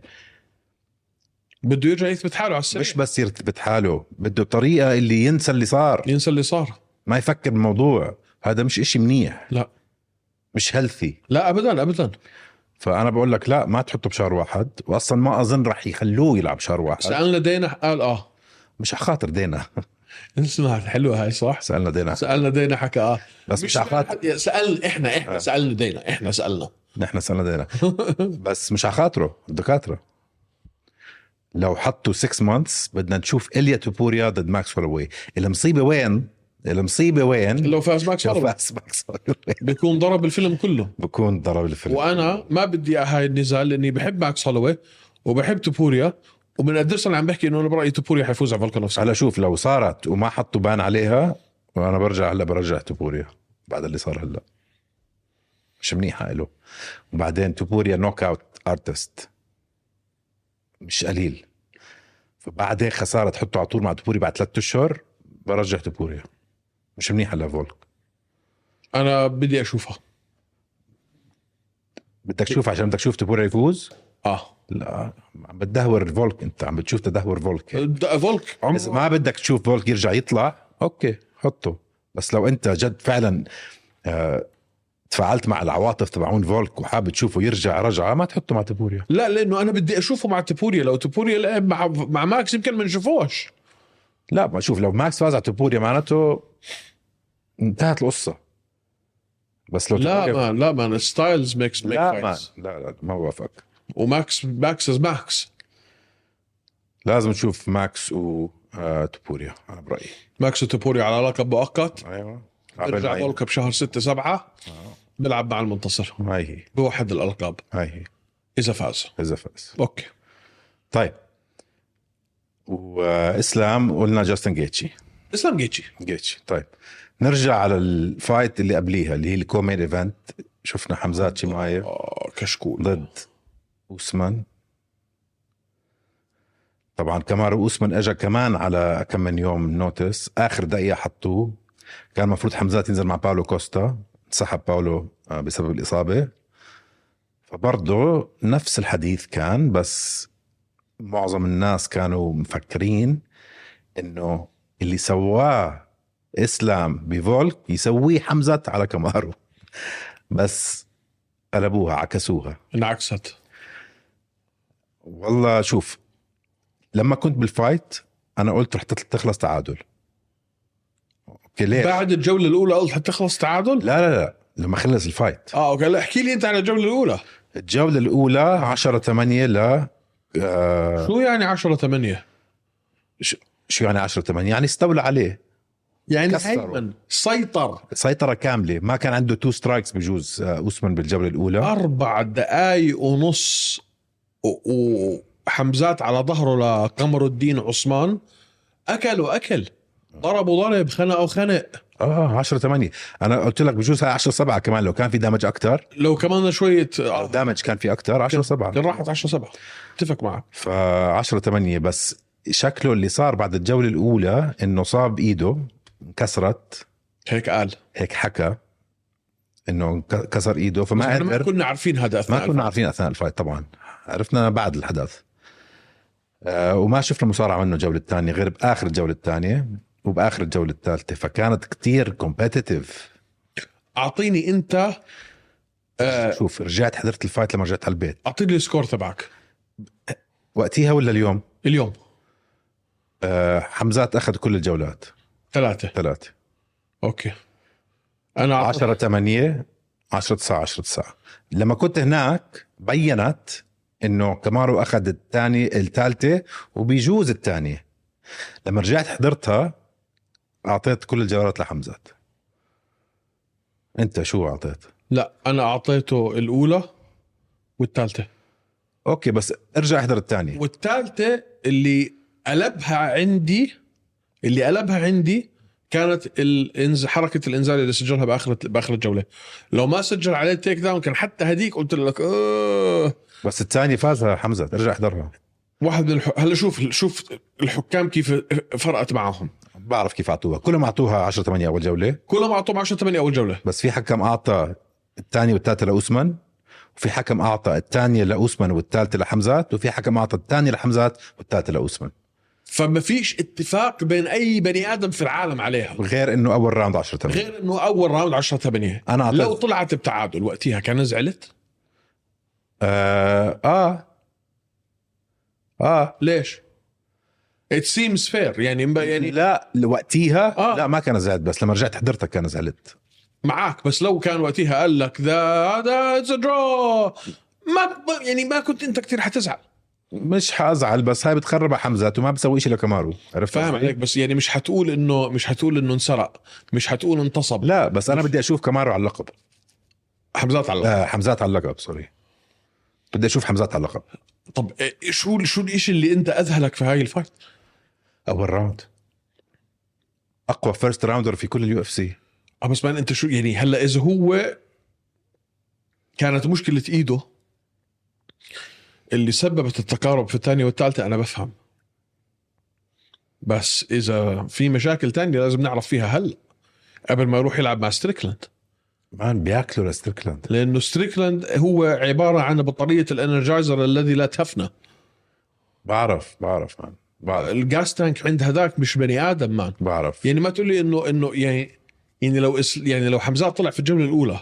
Speaker 1: بده يرجع يثبت حاله على السريع
Speaker 2: مش بس يرتبط حاله بده بطريقه اللي ينسى اللي صار
Speaker 1: ينسى اللي صار
Speaker 2: ما يفكر بالموضوع هذا مش إشي منيح
Speaker 1: لا.
Speaker 2: مش هيلثي
Speaker 1: لا ابدا ابدا
Speaker 2: فانا بقول لك لا ما تحطه بشهر واحد واصلا ما اظن رح يخلوه يلعب شهر واحد
Speaker 1: سالنا دينا قال اه
Speaker 2: مش على خاطر دينا
Speaker 1: اسمها حلوه هاي صح
Speaker 2: سالنا دينا
Speaker 1: سالنا دينا حكى اه
Speaker 2: بس مش على خاطر
Speaker 1: حد- سال احنا احنا
Speaker 2: آه.
Speaker 1: سالنا دينا احنا سالنا
Speaker 2: نحن سالنا دينا بس مش على خاطره الدكاتره لو حطوا 6 مانثس بدنا نشوف اليا توبوريا ضد ماكس هولوي المصيبه وين المصيبه وين
Speaker 1: لو فاز ماكس
Speaker 2: لو
Speaker 1: هولوي
Speaker 2: فاز ماكس هولوي
Speaker 1: بيكون ضرب الفيلم كله
Speaker 2: بكون ضرب الفريق
Speaker 1: وانا ما بدي هاي النزال لاني بحب ماكس هولوي وبحب توبوريا ومن قديش انا عم بحكي انه انا برايي توبوريا حيفوز على فولكانوفسكي
Speaker 2: هلا شوف لو صارت وما حطوا بان عليها وانا برجع هلا برجع توبوريا بعد اللي صار هلا مش منيحه له وبعدين توبوريا نوك اوت ارتست مش قليل فبعدين خساره تحطه على طول مع توبوريا بعد ثلاثة اشهر برجع توبوريا مش منيحه لفولك
Speaker 1: انا بدي اشوفها
Speaker 2: بدك تشوف عشان بدك تشوف توبوريا يفوز
Speaker 1: اه
Speaker 2: لا عم بتدهور فولك انت عم بتشوف تدهور فولك
Speaker 1: د- فولك
Speaker 2: اذا
Speaker 1: عمره
Speaker 2: ما بدك تشوف فولك يرجع يطلع اوكي حطه بس لو انت جد فعلا آه، تفاعلت مع العواطف تبعون فولك وحابب تشوفه يرجع رجعه ما تحطه مع تبوريا
Speaker 1: لا لانه انا بدي اشوفه مع توبوريا لو توبوريا لعب مع مع ماكس يمكن ما نشوفوش
Speaker 2: لا ما شوف لو ماكس فاز على تبوريا معناته انتهت القصه بس لو
Speaker 1: لا
Speaker 2: تبوريا-
Speaker 1: ما لا ما ستايلز ميكس ميك
Speaker 2: لا ما
Speaker 1: فايتس
Speaker 2: لا لا ما بوافقك
Speaker 1: وماكس ماكس از ماكس
Speaker 2: لازم نشوف ماكس آه، وتبوريا انا برايي
Speaker 1: ماكس وتوبوريا على لقب مؤقت
Speaker 2: ايوه
Speaker 1: برجع فولك بشهر 6 7
Speaker 2: آه.
Speaker 1: بلعب مع المنتصر
Speaker 2: هاي هي
Speaker 1: بوحد الالقاب
Speaker 2: هاي هي
Speaker 1: اذا فاز
Speaker 2: اذا فاز
Speaker 1: اوكي
Speaker 2: طيب واسلام قلنا جاستن جيتشي
Speaker 1: اسلام جيتشي
Speaker 2: جيتشي طيب نرجع على الفايت اللي قبليها اللي هي الكومين ايفنت شفنا حمزات شمايف
Speaker 1: اه كشكول
Speaker 2: ضد اوسمان طبعا كمارو اوسمان اجى كمان على كم من يوم نوتس اخر دقيقه حطوه كان المفروض حمزات ينزل مع باولو كوستا انسحب باولو آه، بسبب الاصابه فبرضه نفس الحديث كان بس معظم الناس كانوا مفكرين انه اللي سواه اسلام بفولك يسويه حمزات على كمارو بس قلبوها عكسوها
Speaker 1: انعكست
Speaker 2: والله شوف لما كنت بالفايت انا قلت رح تطل- تخلص تعادل اوكي ليه؟ لا
Speaker 1: بعد الجوله الاولى قلت حتخلص تعادل
Speaker 2: لا لا لما خلص الفايت
Speaker 1: اه اوكي لا احكي لي انت عن الجوله الاولى
Speaker 2: الجوله الاولى 10 8 ل آه،
Speaker 1: شو يعني 10 8
Speaker 2: شو يعني 10 8 يعني استولى عليه
Speaker 1: يعني
Speaker 2: كسروا.
Speaker 1: هيمن سيطر
Speaker 2: سيطره كامله ما كان عنده تو سترايكس بجوز آه، اوسمان بالجوله
Speaker 1: آه.
Speaker 2: الاولى
Speaker 1: اربع دقائق ونص و- وحمزات على ظهره لقمر الدين عثمان اكل واكل ضرب وضرب خنق وخنق
Speaker 2: اه 10 8 انا قلت لك بجوز هاي 10 7 كمان لو كان في دامج اكثر
Speaker 1: لو كمان شويه آه،
Speaker 2: دامج كان في اكثر 10 7
Speaker 1: كان راحت 10 7 اتفق معك
Speaker 2: ف 10 8 بس شكله اللي صار بعد الجوله الاولى انه صاب ايده انكسرت
Speaker 1: هيك قال
Speaker 2: هيك حكى انه انك- كسر ايده
Speaker 1: ما
Speaker 2: فما
Speaker 1: ما
Speaker 2: قدر
Speaker 1: كنا عارفين هذا اثناء
Speaker 2: ما كنا عارفين اثناء الفايت طبعا عرفنا بعد الحدث آه وما شفنا مصارعه منه الجوله الثانيه غير باخر الجوله الثانيه وباخر الجوله الثالثه فكانت كتير كومبتيتيف
Speaker 1: اعطيني انت آه،
Speaker 2: شوف رجعت حضرت الفايت لما رجعت على البيت
Speaker 1: اعطيني السكور تبعك
Speaker 2: وقتها ولا اليوم
Speaker 1: اليوم
Speaker 2: آه حمزات اخذ كل الجولات
Speaker 1: ثلاثة
Speaker 2: ثلاثه
Speaker 1: اوكي انا عشرة
Speaker 2: 10 8 10 9 10 9 لما كنت هناك بينت انه كمارو اخذ الثاني الثالثه وبيجوز الثانيه لما رجعت حضرتها اعطيت كل الجوالات لحمزات انت شو اعطيت
Speaker 1: لا انا اعطيته الاولى والثالثة
Speaker 2: اوكي بس ارجع احضر الثانيه
Speaker 1: والثالثة اللي قلبها عندي اللي قلبها عندي كانت الانز... حركة الانزال اللي سجلها باخر باخر الجولة لو ما سجل عليه التيك داون كان حتى هديك قلت لك آه.
Speaker 2: بس الثانيه فازها حمزات ارجع احضرها
Speaker 1: واحد من الح... هلا شوف شوف الحكام كيف فرقت معهم
Speaker 2: بعرف كيف اعطوها كلهم اعطوها 10 8 اول جوله
Speaker 1: كلهم اعطوهم 10 8 اول جوله
Speaker 2: بس في حكم اعطى الثانيه والثالثه لاوسمان وفي حكم اعطى الثانيه لاوسمان والثالثه لحمزات وفي حكم اعطى الثانيه لحمزات والثالثه لاوسمان
Speaker 1: فما فيش اتفاق بين اي بني ادم في العالم عليها
Speaker 2: غير انه اول راوند 10 8
Speaker 1: غير انه اول راوند 10 8
Speaker 2: انا اعطيت
Speaker 1: لو طلعت بتعادل وقتها كان زعلت
Speaker 2: آه, اه اه
Speaker 1: ليش it seems fair يعني يعني
Speaker 2: لا وقتيها
Speaker 1: آه.
Speaker 2: آه. لا ما كان زعلت بس لما رجعت حضرتك كان زعلت
Speaker 1: معك بس لو كان وقتها قال لك ذا ذا اتس درو ما ما- يعني ما كنت انت كثير حتزعل
Speaker 2: مش حازعل بس هاي بتخرب على حمزات وما بسوي شيء لكمارو عرفت
Speaker 1: فاهم
Speaker 2: قصدي؟
Speaker 1: عليك بس يعني مش حتقول انه مش حتقول انه انسرق مش حتقول انتصب
Speaker 2: لا بس انا بدي اشوف كمارو على اللقب
Speaker 1: حمزات على
Speaker 2: آه حمزات على اللقب سوري بدي اشوف حمزات على اللقب
Speaker 1: طب إيه، شو شو الشيء اللي انت اذهلك في هاي الفايت
Speaker 2: اول راوند اقوى فيرست راوندر في كل اليو اف سي
Speaker 1: اه بس مان انت شو يعني هلا اذا هو كانت مشكله ايده اللي سببت التقارب في الثانيه والثالثه انا بفهم بس اذا في مشاكل تانية لازم نعرف فيها هلا قبل ما يروح يلعب مع ستريكلاند
Speaker 2: مان بياكلوا لستريكلاند
Speaker 1: لانه ستريكلاند هو عباره عن بطاريه الانرجايزر الذي لا تفنى
Speaker 2: بعرف بعرف مان بعرف
Speaker 1: الجاس تانك عند هذاك مش بني ادم مان
Speaker 2: بعرف
Speaker 1: يعني ما تقول لي انه انه يعني يعني لو اس يعني لو حمزات طلع في الجوله الاولى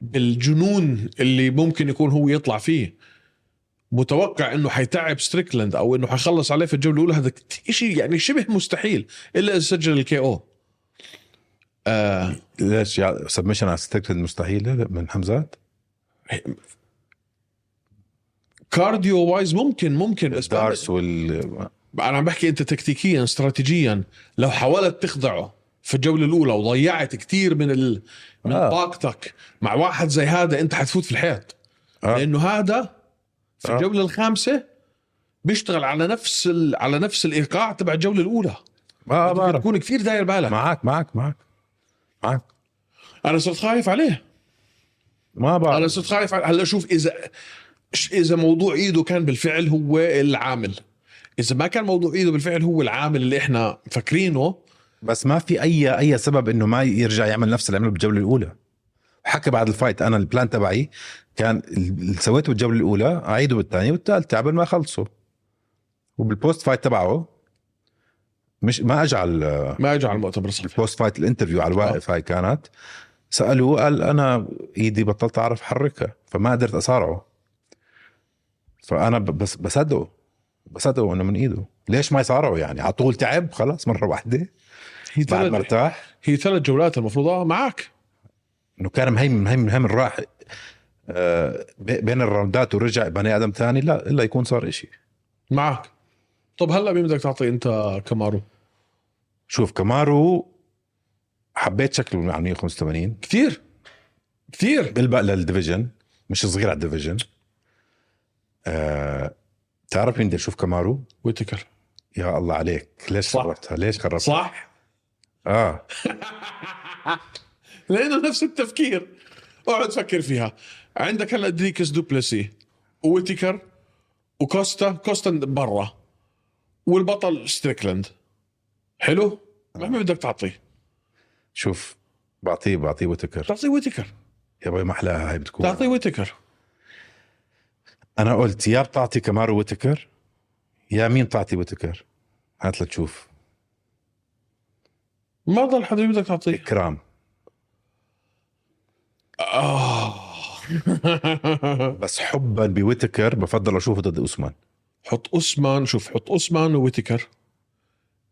Speaker 1: بالجنون اللي ممكن يكون هو يطلع فيه متوقع انه حيتعب ستريكلاند او انه حيخلص عليه في الجوله الاولى هذا شيء يعني شبه مستحيل الا اذا سجل الكي او آه
Speaker 2: ليش يعني سبمشن على ستريكلاند مستحيله من حمزات
Speaker 1: كارديو وايز ممكن ممكن بس
Speaker 2: الدارس وال
Speaker 1: انا عم بحكي انت تكتيكيا استراتيجيا لو حاولت تخضعه في الجوله الاولى وضيعت كتير من ال... من
Speaker 2: آه.
Speaker 1: آه. طاقتك مع واحد زي هذا انت حتفوت في الحيط آه.
Speaker 2: آه.
Speaker 1: لانه هذا في
Speaker 2: آه.
Speaker 1: الجوله الخامسه بيشتغل على نفس ال... على نفس الايقاع تبع الجوله الاولى
Speaker 2: اه
Speaker 1: آه
Speaker 2: بعرف
Speaker 1: تكون كثير داير بالك ما.
Speaker 2: معك معك معك معك
Speaker 1: انا صرت خايف عليه
Speaker 2: ما
Speaker 1: انا
Speaker 2: بعرف
Speaker 1: صرت خايف على... هلا شوف اذا ش- اذا موضوع ايده كان بالفعل هو العامل اذا ما كان موضوع ايده بالفعل هو العامل اللي احنا فاكرينه
Speaker 2: بس ما في اي اي سبب انه ما يرجع يعمل نفس اللي عمله بالجوله الاولى حكى بعد الفايت انا البلان تبعي كان اللي سويته بالجوله الاولى اعيده بالثانيه والثالثه قبل ما اخلصه وبالبوست فايت تبعه مش ما اجى على
Speaker 1: ما اجى على المؤتمر الصحفي
Speaker 2: البوست فايت الانترفيو على الواقف هاي كانت سالوه قال انا ايدي بطلت اعرف احركها فما قدرت اصارعه فانا ب- بس بصدقه بصدقه انه من ايده ليش ما يصارعه يعني على طول تعب خلاص مره واحده
Speaker 1: هي
Speaker 2: بعد ما
Speaker 1: ثلاث
Speaker 2: ارتاح
Speaker 1: هي ثلاث جولات المفروض اه معك
Speaker 2: انه كان مهيمن مهيمن مهيمن راح آه، بي- بين الراوندات ورجع بني ادم ثاني لا الا يكون صار إشي
Speaker 1: معك طب هلا مين بدك تعطي انت كمارو؟
Speaker 2: شوف كمارو حبيت شكله من على 185
Speaker 1: كثير كثير
Speaker 2: بلبق للديفيجن مش صغير على الديفيجن آه تعرف مين بدي اشوف كمارو
Speaker 1: ويتكر
Speaker 2: يا الله عليك ليش
Speaker 1: صح.
Speaker 2: خربتها ليش خربتها
Speaker 1: صح؟
Speaker 2: اه
Speaker 1: لانه نفس التفكير اقعد فكر فيها عندك هلا دريكس دوبلسي وويتكر وكوستا كوستا برا والبطل ستريكلاند حلو؟ ما مين بدك تعطيه؟
Speaker 2: شوف بعطيه بعطيه وتكر
Speaker 1: تعطيه ويتكر
Speaker 2: يا بوي ما احلاها هاي بتكون
Speaker 1: تعطيه ويتكر
Speaker 2: انا قلت يا بتعطي كمارو وتكر يا مين بتعطي وتكر هات لتشوف
Speaker 1: ما ضل حدا بدك تعطيه
Speaker 2: اكرام
Speaker 1: آه
Speaker 2: بس حبا بويتكر بفضل اشوفه ضد اوسمان
Speaker 1: حط اوسمان شوف حط اوسمان وويتكر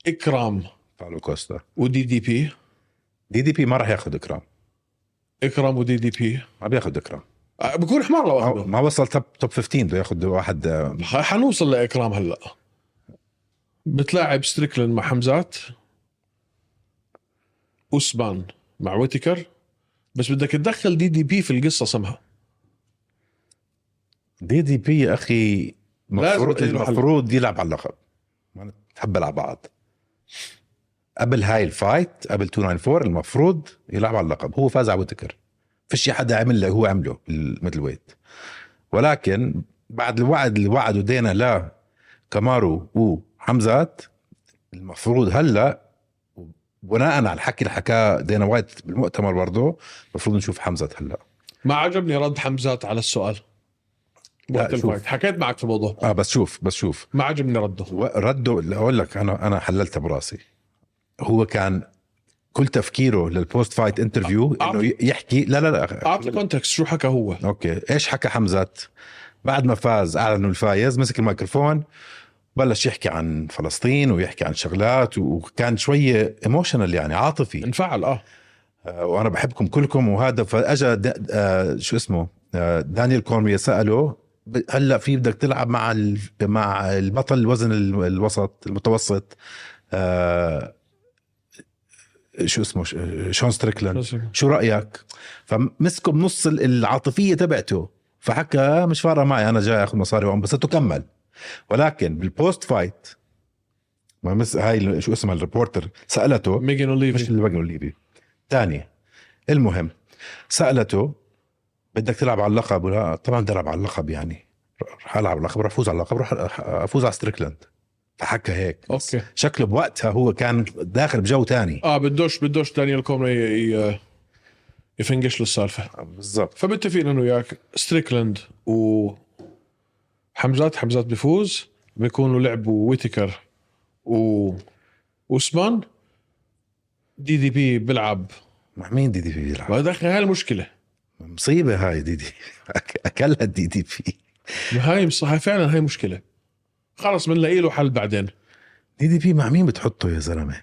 Speaker 1: اكرام
Speaker 2: باولو كوستا
Speaker 1: ودي دي بي
Speaker 2: دي دي بي ما راح ياخذ اكرام
Speaker 1: اكرام ودي دي بي
Speaker 2: ما بياخذ اكرام
Speaker 1: أه، بكون حمار لو
Speaker 2: ما-
Speaker 1: اخذه
Speaker 2: ما وصل توب توب 15 بده ياخذ واحد آه،
Speaker 1: ح- حنوصل لاكرام هلا بتلاعب ستريكلين مع حمزات اوسمان مع ويتكر بس بدك تدخل دي دي بي في القصه سمها
Speaker 2: دي دي بي يا اخي المفروض
Speaker 1: لازم يروح
Speaker 2: المفروض يلعب على اللقب ما نتهبل على بعض قبل هاي الفايت قبل 294 المفروض يلعب على اللقب هو فاز على ويتكر فيش حدا عمل اللي هو عمله الميدل ويت ولكن بعد الوعد اللي وعدوا دينا لا كامارو وحمزات المفروض هلا بناء على الحكي اللي حكاه دينا وايت بالمؤتمر برضه المفروض نشوف حمزات هلا
Speaker 1: ما عجبني رد حمزات على السؤال
Speaker 2: لا،
Speaker 1: وقت
Speaker 2: شوف.
Speaker 1: الفايت حكيت معك في الموضوع
Speaker 2: اه بس شوف بس شوف
Speaker 1: ما عجبني رده
Speaker 2: و- رده اللي اقول لك انا انا حللتها براسي هو كان كل تفكيره للبوست فايت انترفيو انه ي- يحكي لا لا لا
Speaker 1: اعطي كونتكست شو حكى هو
Speaker 2: اوكي ايش حكى حمزات بعد ما فاز اعلنوا الفايز مسك الميكروفون بلش يحكي عن فلسطين ويحكي عن شغلات و- وكان شويه ايموشنال يعني عاطفي
Speaker 1: انفعل اه
Speaker 2: آه، وانا بحبكم كلكم وهذا فاجا د- آه، شو اسمه آه، دانيال كورميا ساله ب- هلا في بدك تلعب مع ال- مع البطل الوزن ال- الوسط المتوسط آه، شو اسمه ش- شون ستريكلاند شو رايك فمسكوا بنص ال- العاطفيه تبعته فحكى مش فارقه معي انا جاي اخذ مصاري وعم بس تكمل ولكن بالبوست فايت ما مس هاي ال- شو اسمها الريبورتر سالته
Speaker 1: ميجن
Speaker 2: مش
Speaker 1: اوليفي
Speaker 2: اللي بقنوا الليبي ثاني المهم سالته بدك تلعب على اللقب ولا طبعا بدي العب على اللقب يعني رح العب على اللقب رح افوز على اللقب رح افوز على ستريكلاند فحكى هيك بس
Speaker 1: اوكي
Speaker 2: شكله بوقتها هو كان داخل بجو تاني
Speaker 1: اه بدوش بدوش دانيال كومري ي- ي- يفنقش له السالفه
Speaker 2: بالضبط
Speaker 1: فمتفقين انه وياك ستريكلاند و حمزات حمزات بيفوز بيكونوا لعبوا ويتكر و اوسمان دي دي بي بيلعب
Speaker 2: مع مين دي دي بي يلعب
Speaker 1: هذا أخي هاي المشكله
Speaker 2: مصيبه هاي دي دي أك- اكلها الدي دي بي
Speaker 1: هاي مص- هاي فعلا هاي مشكله خلص بنلاقي له حل بعدين
Speaker 2: دي دي بي مع مين بتحطه يا زلمه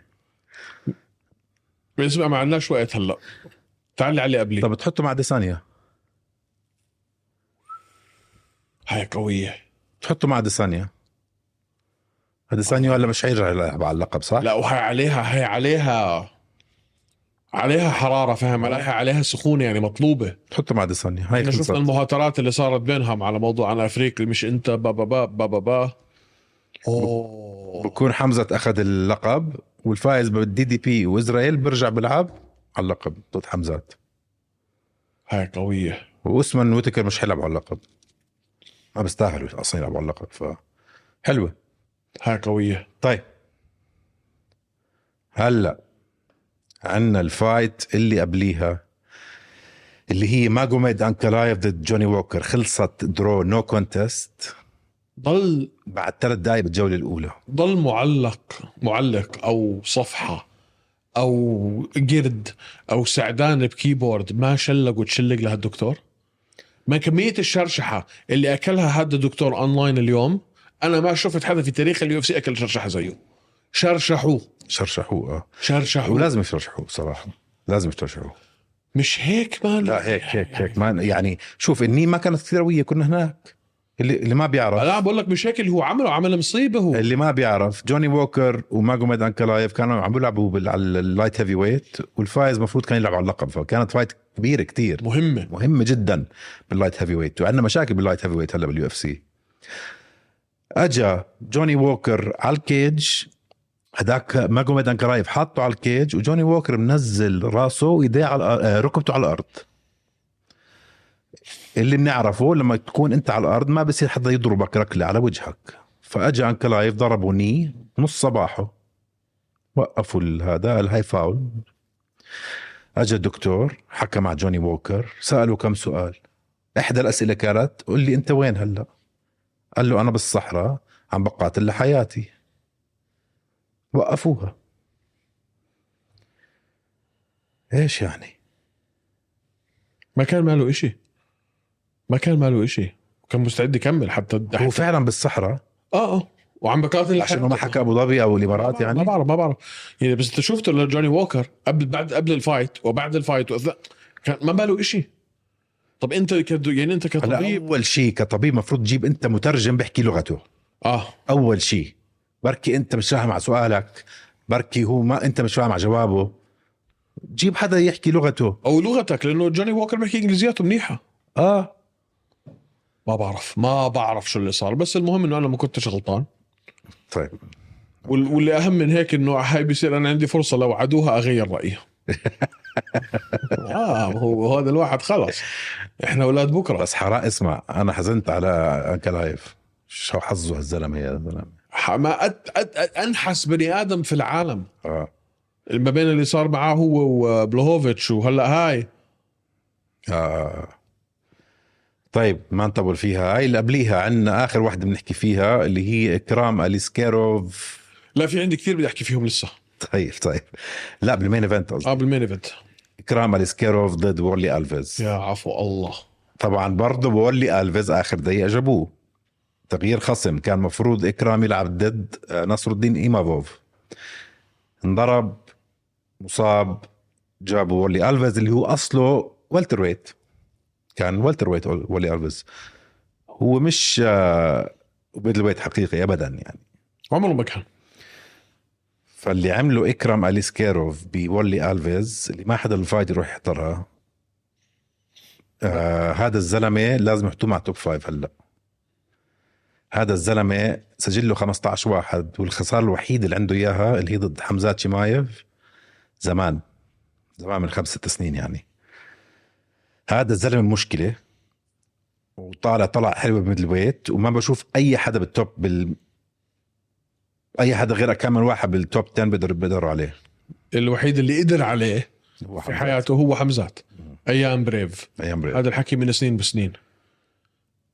Speaker 1: بس ما عندناش وقت هلا تعال لي علي قبلي
Speaker 2: طب بتحطه مع ديسانيا
Speaker 1: هاي قويه
Speaker 2: بتحطه مع ديسانيا ديسانيا هلا مش حيرجع يلعب على اللقب صح
Speaker 1: لا وهي عليها هي عليها عليها حراره فاهم عليها عليها سخونه يعني مطلوبه
Speaker 2: بتحطه مع ديسانيا هاي
Speaker 1: احنا
Speaker 2: خلصت
Speaker 1: شفنا المهاترات اللي صارت بينهم على موضوع انا افريقي مش انت بابا بابا بابا با اوه
Speaker 2: بكون حمزة أخذ اللقب والفائز بالدي دي بي وإسرائيل برجع بلعب على اللقب ضد حمزات
Speaker 1: هاي قويه
Speaker 2: وأسمن وتكر مش حيلعب على اللقب ما بيستاهلوا أصلا يلعبوا على اللقب ف حلوة
Speaker 1: هاي قويه
Speaker 2: طيب هلا عندنا الفايت اللي قبليها اللي هي ماجوميد انكلايف ضد جوني ووكر خلصت درو نو كونتست
Speaker 1: ضل
Speaker 2: بعد ثلاث دقائق بالجوله الاولى
Speaker 1: ضل معلق معلق او صفحه او قرد او سعدان بكيبورد ما شلق وتشلق لهالدكتور ما كميه الشرشحه اللي اكلها هذا الدكتور اونلاين اليوم انا ما شفت حدا في تاريخ اليو اف سي اكل شرشحه زيه شرشحوه
Speaker 2: شرشحوه آه.
Speaker 1: شرشحوه
Speaker 2: ولازم يشرشحوه صراحه لازم يشرشحوه
Speaker 1: مش هيك مان
Speaker 2: لا هيك هيك هيك ما يعني شوف النية ما كانت كثير قوية كنا هناك اللي اللي ما بيعرف
Speaker 1: لا بقول لك مشاكل هو عمله عمل مصيبه هو
Speaker 2: اللي ما بيعرف جوني ووكر وماجوميد انكلايف كانوا عم بيلعبوا بال- على اللايت هيفي ويت والفايز المفروض كان يلعب على اللقب فكانت فايت كبيرة كتير
Speaker 1: مهمه
Speaker 2: مهمة جدا باللايت هيفي ويت وعندنا مشاكل باللايت هيفي ويت هلا باليو اف سي اجا جوني ووكر على الكيج هداك ماجوميد انكلايف حاطه على الكيج وجوني ووكر منزل راسه وايديه على الأ- آه، ركبته على الارض اللي بنعرفه لما تكون انت على الارض ما بصير حدا يضربك ركله على وجهك فاجا انكلايف ضربه ني نص صباحه وقفوا ال- هذا قال هاي فاول اجى الدكتور حكى مع جوني ووكر ساله كم سؤال احدى الاسئله كانت قل لي انت وين هلا قال له انا بالصحراء عم بقاتل لحياتي وقفوها ايش يعني
Speaker 1: ما كان ماله إشي ما كان ماله إشي كان مستعد يكمل حتى
Speaker 2: هو
Speaker 1: حتى-
Speaker 2: فعلا بالصحراء
Speaker 1: اه اه وعم بقاتل
Speaker 2: عشان ما حكى ابو ظبي او الامارات
Speaker 1: ما
Speaker 2: يعني
Speaker 1: بعرف ما بعرف يعني بس انت شفته لجوني ووكر قبل بعد قبل الفايت وبعد الفايت وأثناء كان ما باله إشي طب انت كد... يعني انت
Speaker 2: هلا
Speaker 1: كطبيب
Speaker 2: اول شيء كطبيب مفروض تجيب انت مترجم بيحكي لغته
Speaker 1: اه
Speaker 2: اول شيء بركي انت مش فاهم على سؤالك بركي هو ما انت مش فاهم على جوابه جيب حدا يحكي لغته
Speaker 1: او لغتك لانه جوني ووكر بيحكي انجليزياته منيحه
Speaker 2: اه
Speaker 1: ما بعرف ما بعرف شو اللي صار بس المهم انه انا ما كنتش غلطان
Speaker 2: طيب
Speaker 1: وال- واللي اهم من هيك انه هاي بيصير انا عندي فرصه لو عادوها اغير رايي اه هو هذا الواحد خلص احنا اولاد بكره
Speaker 2: بس حرا اسمع انا حزنت على انكل هايف شو حظه هالزلمه يا زلمه
Speaker 1: ح- ما أت أت أت انحس بني ادم في العالم
Speaker 2: اه
Speaker 1: ما بين اللي صار معاه هو وبلوهوفيتش وهلا هاي
Speaker 2: آه. طيب ما نطول فيها هاي اللي قبليها عندنا اخر واحدة بنحكي فيها اللي هي اكرام اليسكيروف
Speaker 1: لا في عندي كثير بدي احكي فيهم لسه
Speaker 2: طيب طيب لا بالمين ايفنت قصدي
Speaker 1: اه بالمين ايفنت
Speaker 2: اكرام اليسكيروف ضد وورلي الفيز
Speaker 1: يا عفو الله
Speaker 2: طبعا برضه وورلي الفيز اخر دقيقة جابوه تغيير خصم كان مفروض اكرام يلعب ضد آه، نصر الدين ايمافوف انضرب مصاب جابوا وورلي الفيز اللي هو اصله والتر ويت كان والتر ويت وورلي الفيز هو مش آه، ميدل ويت حقيقي ابدا يعني
Speaker 1: عمره ما كان
Speaker 2: فاللي عمله اكرم اليسكيروف بولي الفيز اللي ما حدا الفايت يروح يحضرها آه هذا الزلمه لازم يحطوه مع توب فايف هلا هذا الزلمه سجل له 15 واحد والخساره الوحيده اللي عنده اياها اللي هي ضد حمزات شمايف زمان زمان من خمس ست سنين يعني هذا الزلمه مشكله وطالع طلع حلوه بميدل ويت وما بشوف اي حدا بالتوب بال اي حدا غير كم من واحد بالتوب 10 بقدر بقدر عليه
Speaker 1: الوحيد اللي قدر عليه
Speaker 2: هو
Speaker 1: في
Speaker 2: حمزات.
Speaker 1: حياته هو حمزات ايام بريف
Speaker 2: ايام بريد.
Speaker 1: هذا الحكي من سنين بسنين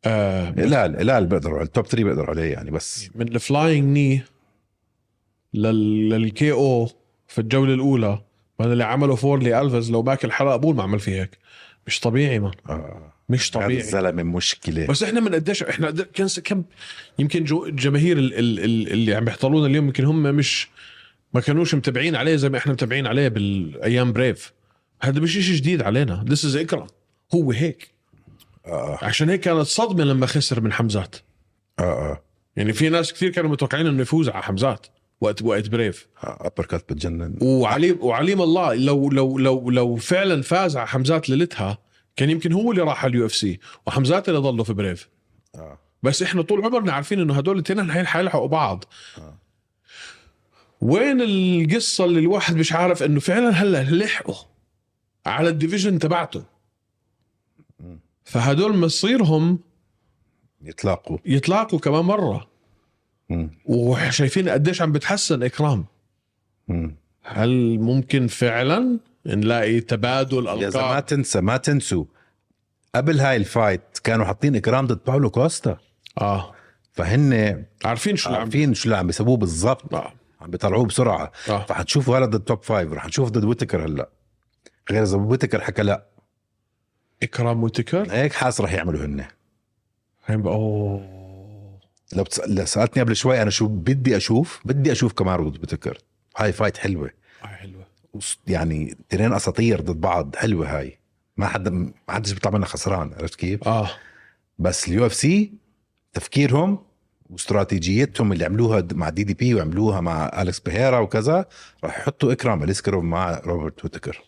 Speaker 1: آه
Speaker 2: لا لا لا بقدر عليه التوب 3 بقدر عليه يعني بس
Speaker 1: من الفلاينج ني لل... للكي او في الجوله الاولى ما اللي عمله فورلي الفز لو باكل حلقه بول ما عمل فيه هيك مش طبيعي مان
Speaker 2: آه.
Speaker 1: مش
Speaker 2: هذا
Speaker 1: طبيعي
Speaker 2: الزلمه مشكله
Speaker 1: بس احنا من قديش احنا قد- كان س- كم يمكن جو الجماهير ال- ال- ال- اللي عم يحضرونا اليوم يمكن هم مش ما كانوش متابعين عليه زي ما احنا متابعين عليه بالايام بريف هذا مش شيء جديد علينا ذس از اكرم هو هيك
Speaker 2: آه.
Speaker 1: عشان هيك كانت صدمه لما خسر من حمزات
Speaker 2: اه اه
Speaker 1: يعني في ناس كثير كانوا متوقعين انه يفوز على حمزات وقت وقت بريف
Speaker 2: ابر كات آه، بتجنن
Speaker 1: وعلي وعليم الله لو لو لو لو فعلا فاز على حمزات ليلتها كان يمكن هو اللي راح على اليو اف سي وحمزات اللي ضله في بريف
Speaker 2: آه.
Speaker 1: بس احنا طول عمرنا عارفين انه هدول الاثنين حي- حيلحقوا بعض
Speaker 2: آه.
Speaker 1: وين القصه اللي الواحد مش عارف انه فعلا هلا لحقوا على الديفيجن تبعته
Speaker 2: مم.
Speaker 1: فهدول مصيرهم
Speaker 2: يتلاقوا
Speaker 1: يتلاقوا كمان مره
Speaker 2: مم.
Speaker 1: وشايفين قديش عم بتحسن اكرام
Speaker 2: مم.
Speaker 1: هل ممكن فعلا نلاقي تبادل
Speaker 2: يا زلمة ما
Speaker 1: القاب
Speaker 2: تنسى ما تنسوا قبل هاي الفايت كانوا حاطين اكرام ضد باولو كوستا
Speaker 1: اه
Speaker 2: فهن
Speaker 1: عارفين
Speaker 2: آه،
Speaker 1: شو اللي عم
Speaker 2: عارفين شو اللي عم بيسووه بالضبط
Speaker 1: آه.
Speaker 2: عم بيطلعوه بسرعه
Speaker 1: آه.
Speaker 2: فحتشوفوا هلا ضد توب فايف رح نشوف ضد ويتكر هلا غير اذا ويتكر حكى لا
Speaker 1: اكرام وتكر
Speaker 2: هيك حاس رح يعملوا هن
Speaker 1: هين بقى- اوه
Speaker 2: لو بتس... لو سالتني قبل شوي انا شو بدي اشوف بدي اشوف كمارو ضد بتكر هاي فايت حلوه
Speaker 1: آه، حلوه
Speaker 2: وص- يعني تنين اساطير ضد بعض حلوه هاي ما حدا ما حدش بيطلع منها خسران عرفت كيف
Speaker 1: اه
Speaker 2: بس اليو اف سي تفكيرهم واستراتيجيتهم اللي عملوها د- مع دي دي بي وعملوها مع اليكس بيهيرا وكذا راح يحطوا اكرام اليسكروف مع روبرت ويتكر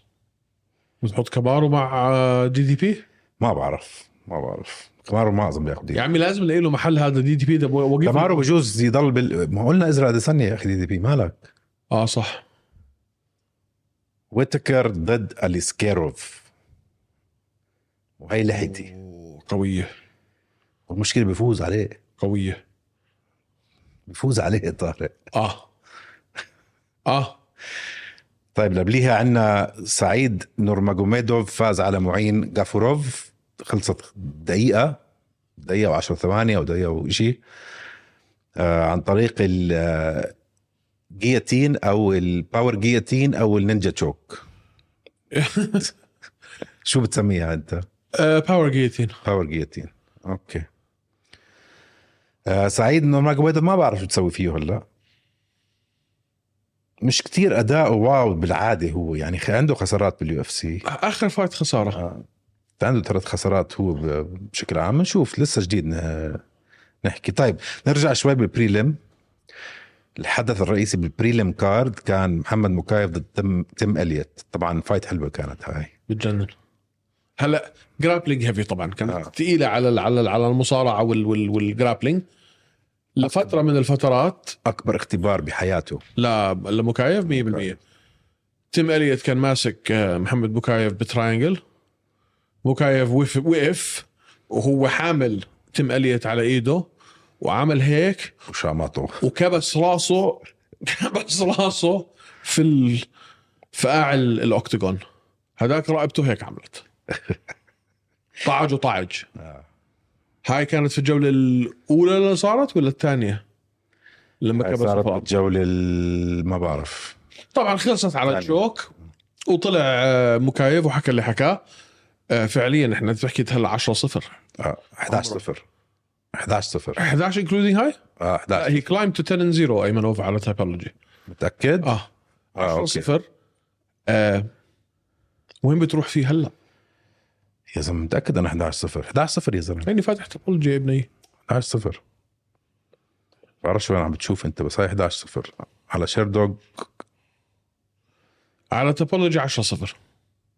Speaker 1: بتحط كبارو مع آه، دي دي بي
Speaker 2: ما بعرف ما بعرف كمارو ما اظن بياخذ
Speaker 1: يا عمي لازم نلاقي له محل هذا دي دي بي ده وقف
Speaker 2: كمارو بجوز يضل بال... ما قلنا ازرع ديسانيا يا اخي دي دي بي مالك
Speaker 1: اه صح
Speaker 2: ويتكر ضد اليسكيروف وهي لحيتي
Speaker 1: أوه، قويه
Speaker 2: والمشكله بيفوز عليه
Speaker 1: قويه
Speaker 2: بيفوز عليه طارق
Speaker 1: اه اه
Speaker 2: طيب قبليها عندنا سعيد نورماجوميدوف فاز على معين غافوروف خلصت دقيقة دقيقة و10 ثواني أو دقيقة وشيء آه عن طريق الجياتين أو الباور جياتين أو النينجا تشوك شو بتسميها أنت؟
Speaker 1: باور جيتين
Speaker 2: باور جياتين أوكي آه سعيد نورماجوميدوف ما بعرف شو بتسوي فيه هلا مش كتير أداؤه واو بالعادة هو يعني خ- عنده خسارات باليو اف سي
Speaker 1: اخر فايت خساره
Speaker 2: عنده ثلاث خسارات هو ب- بشكل عام نشوف لسه جديد نه- نحكي طيب نرجع شوي بالبريلم الحدث الرئيسي بالبريلم كارد كان محمد مكايف ضد تم تم اليت طبعا فايت حلوه كانت هاي
Speaker 1: بتجنن هلا جرابلينج هيفي طبعا كانت
Speaker 2: آه.
Speaker 1: آه. ثقيله على ال- على ال- على المصارعه وال وال والجرابلينج لفتره من الفترات
Speaker 2: اكبر اختبار بحياته
Speaker 1: لا لمكايف 100% تيم اليت كان ماسك آه، محمد بوكايف بتراينجل بوكايف وقف وقف وهو حامل تيم اليت على ايده وعمل هيك
Speaker 2: وشامته
Speaker 1: وكبس راسه كبس راسه في ال... في قاع ال- الاوكتاجون هذاك رقبته هيك عملت طعج وطعج
Speaker 2: آه.
Speaker 1: هاي كانت في الجوله الاولى اللي صارت ولا الثانيه لما
Speaker 2: هاي
Speaker 1: كبس
Speaker 2: يعني صارت
Speaker 1: في الأرض.
Speaker 2: الجولة ال- ما بعرف
Speaker 1: طبعا خلصت على
Speaker 2: ثانية.
Speaker 1: تشوك وطلع آه، مكايف وحكى اللي حكاه آه، فعليا احنا بتحكي هلا 10 0
Speaker 2: آه. 11 0 11 0
Speaker 1: 11 انكلودينج هاي
Speaker 2: اه
Speaker 1: لا
Speaker 2: 11
Speaker 1: هي كلايم تو 10 0 ايمنوف على تايبولوجي
Speaker 2: متأكد؟
Speaker 1: اه
Speaker 2: آه،
Speaker 1: 10
Speaker 2: أوكي.
Speaker 1: 0 آه وين بتروح فيه هلا؟
Speaker 2: يا زلمة متأكد أنا 11 0 11 0 يا زلمة
Speaker 1: لاني يعني فاتح تايبولوجي يا ابني
Speaker 2: 11 0 بعرفش وين عم بتشوف أنت بس هاي 11 0 على شير دوغ
Speaker 1: على تايبولوجي 10 0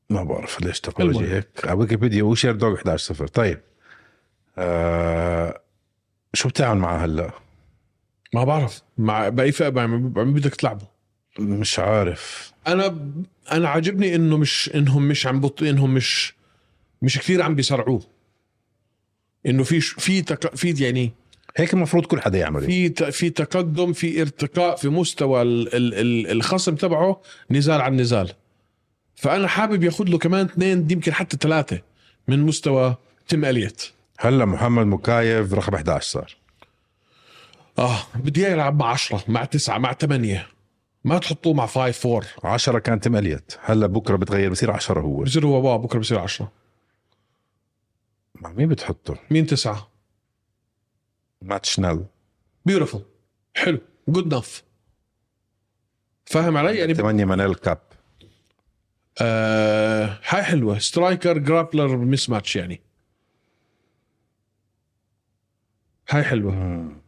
Speaker 2: ما بعرف ليش تكنولوجي
Speaker 1: المهم.
Speaker 2: هيك على ويكيبيديا وشير دوغ 11 0 طيب آه شو بتعمل معه هلا؟
Speaker 1: ما بعرف مع باي فئه مع مين بدك تلعبه
Speaker 2: مش عارف
Speaker 1: انا انا عاجبني انه مش انهم مش عم بط... انهم مش مش كثير عم بيسرعوه انه في ش- في تك... في يعني
Speaker 2: هيك المفروض كل حدا يعمل
Speaker 1: في ت... في تقدم في ارتقاء في مستوى ال... ال... ال... الخصم تبعه نزال عن نزال فانا حابب ياخذ له كمان اثنين يمكن حتى ثلاثه من مستوى تيم اليت
Speaker 2: هلا محمد مكايف رقم 11 صار
Speaker 1: اه بدي إياه يلعب مع 10 مع 9 مع 8 ما تحطوه مع 5 4
Speaker 2: 10 كان تم اليت هلا بكره بتغير بصير 10 هو
Speaker 1: بصير هو بابا بكره بصير 10
Speaker 2: مع مين بتحطه؟
Speaker 1: مين 9
Speaker 2: ماتشنال
Speaker 1: بيوتيفول حلو جود نف فاهم علي يعني
Speaker 2: 8 مانيل كاب
Speaker 1: آه هاي حلوه سترايكر جرابلر مس ماتش يعني هاي حلوه
Speaker 2: مم.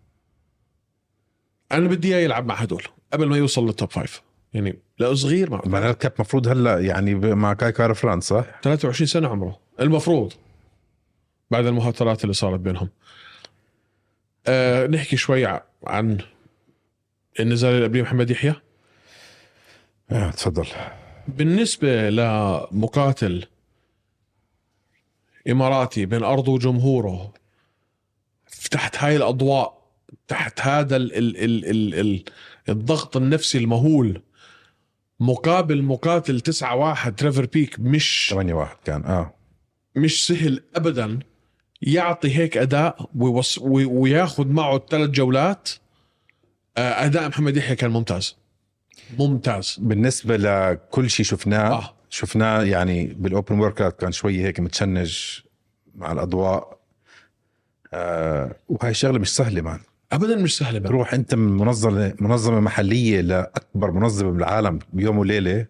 Speaker 1: انا بدي اياه يلعب مع هدول قبل ما يوصل للتوب فايف يعني لا صغير مع
Speaker 2: مانيل كاب مفروض هلا يعني ب- مع كاي كار فرانس صح؟
Speaker 1: 23 سنه عمره المفروض بعد المهاترات اللي صارت بينهم آه نحكي شوي ع- عن النزال اللي قبليه محمد يحيى
Speaker 2: آه تفضل
Speaker 1: بالنسبة لمقاتل إماراتي بين أرضه وجمهوره تحت هاي الأضواء تحت هذا ال ال ال ال ال الضغط النفسي المهول مقابل مقاتل 9 1 تريفر بيك مش
Speaker 2: 8 واحد كان اه
Speaker 1: مش سهل أبدا يعطي هيك أداء ويوص وي- وياخذ معه الثلاث جولات آه، أداء محمد يحيى كان ممتاز ممتاز
Speaker 2: بالنسبه لكل شيء شفناه
Speaker 1: آه.
Speaker 2: آه. شفناه يعني بالاوبن ورك اوت كان شوي هيك متشنج مع الاضواء آه وهاي الشغله مش سهله مان
Speaker 1: أبدا مش سهلة بقى.
Speaker 2: تروح انت من منظمه منظمه محليه لاكبر منظمه بالعالم بيوم وليله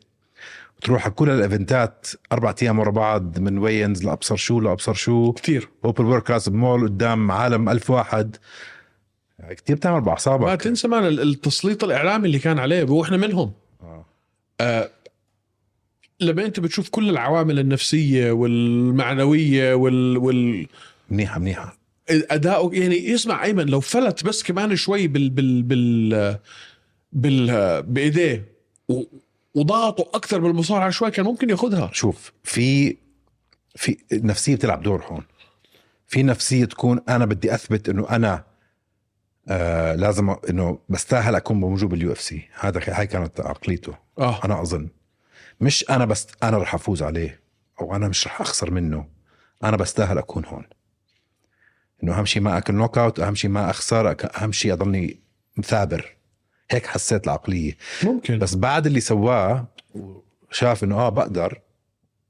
Speaker 2: وتروح على كل الايفنتات اربع ايام ورا بعض من وينز لابصر شو لابصر شو
Speaker 1: كثير
Speaker 2: اوبن ورك اوت بمول قدام عالم ألف واحد كثير بتعمل
Speaker 1: ما
Speaker 2: باعصابك
Speaker 1: تنسى مان التسليط الاعلامي اللي كان عليه واحنا منهم
Speaker 2: آه.
Speaker 1: لما انت بتشوف كل العوامل النفسيه والمعنويه وال وال
Speaker 2: منيحه منيحه
Speaker 1: اداؤه يعني اسمع ايمن لو فلت بس كمان شوي بال بال بال بال بايديه و- وضغطه اكثر بالمصارعه شوي كان ممكن ياخذها
Speaker 2: شوف في في نفسيه بتلعب دور هون في نفسيه تكون انا بدي اثبت انه انا آه لازم أ- انه بستاهل اكون موجود باليو اف سي هذا هاي كانت عقليته
Speaker 1: اه
Speaker 2: انا اظن مش انا بس انا رح افوز عليه او انا مش رح اخسر منه انا بستاهل اكون هون انه اهم شيء ما اكل نوك اوت اهم شيء ما اخسر أك- اهم شيء اضلني مثابر هيك حسيت العقليه
Speaker 1: ممكن بس
Speaker 2: بس بعد اللي سواه شاف انه اه بقدر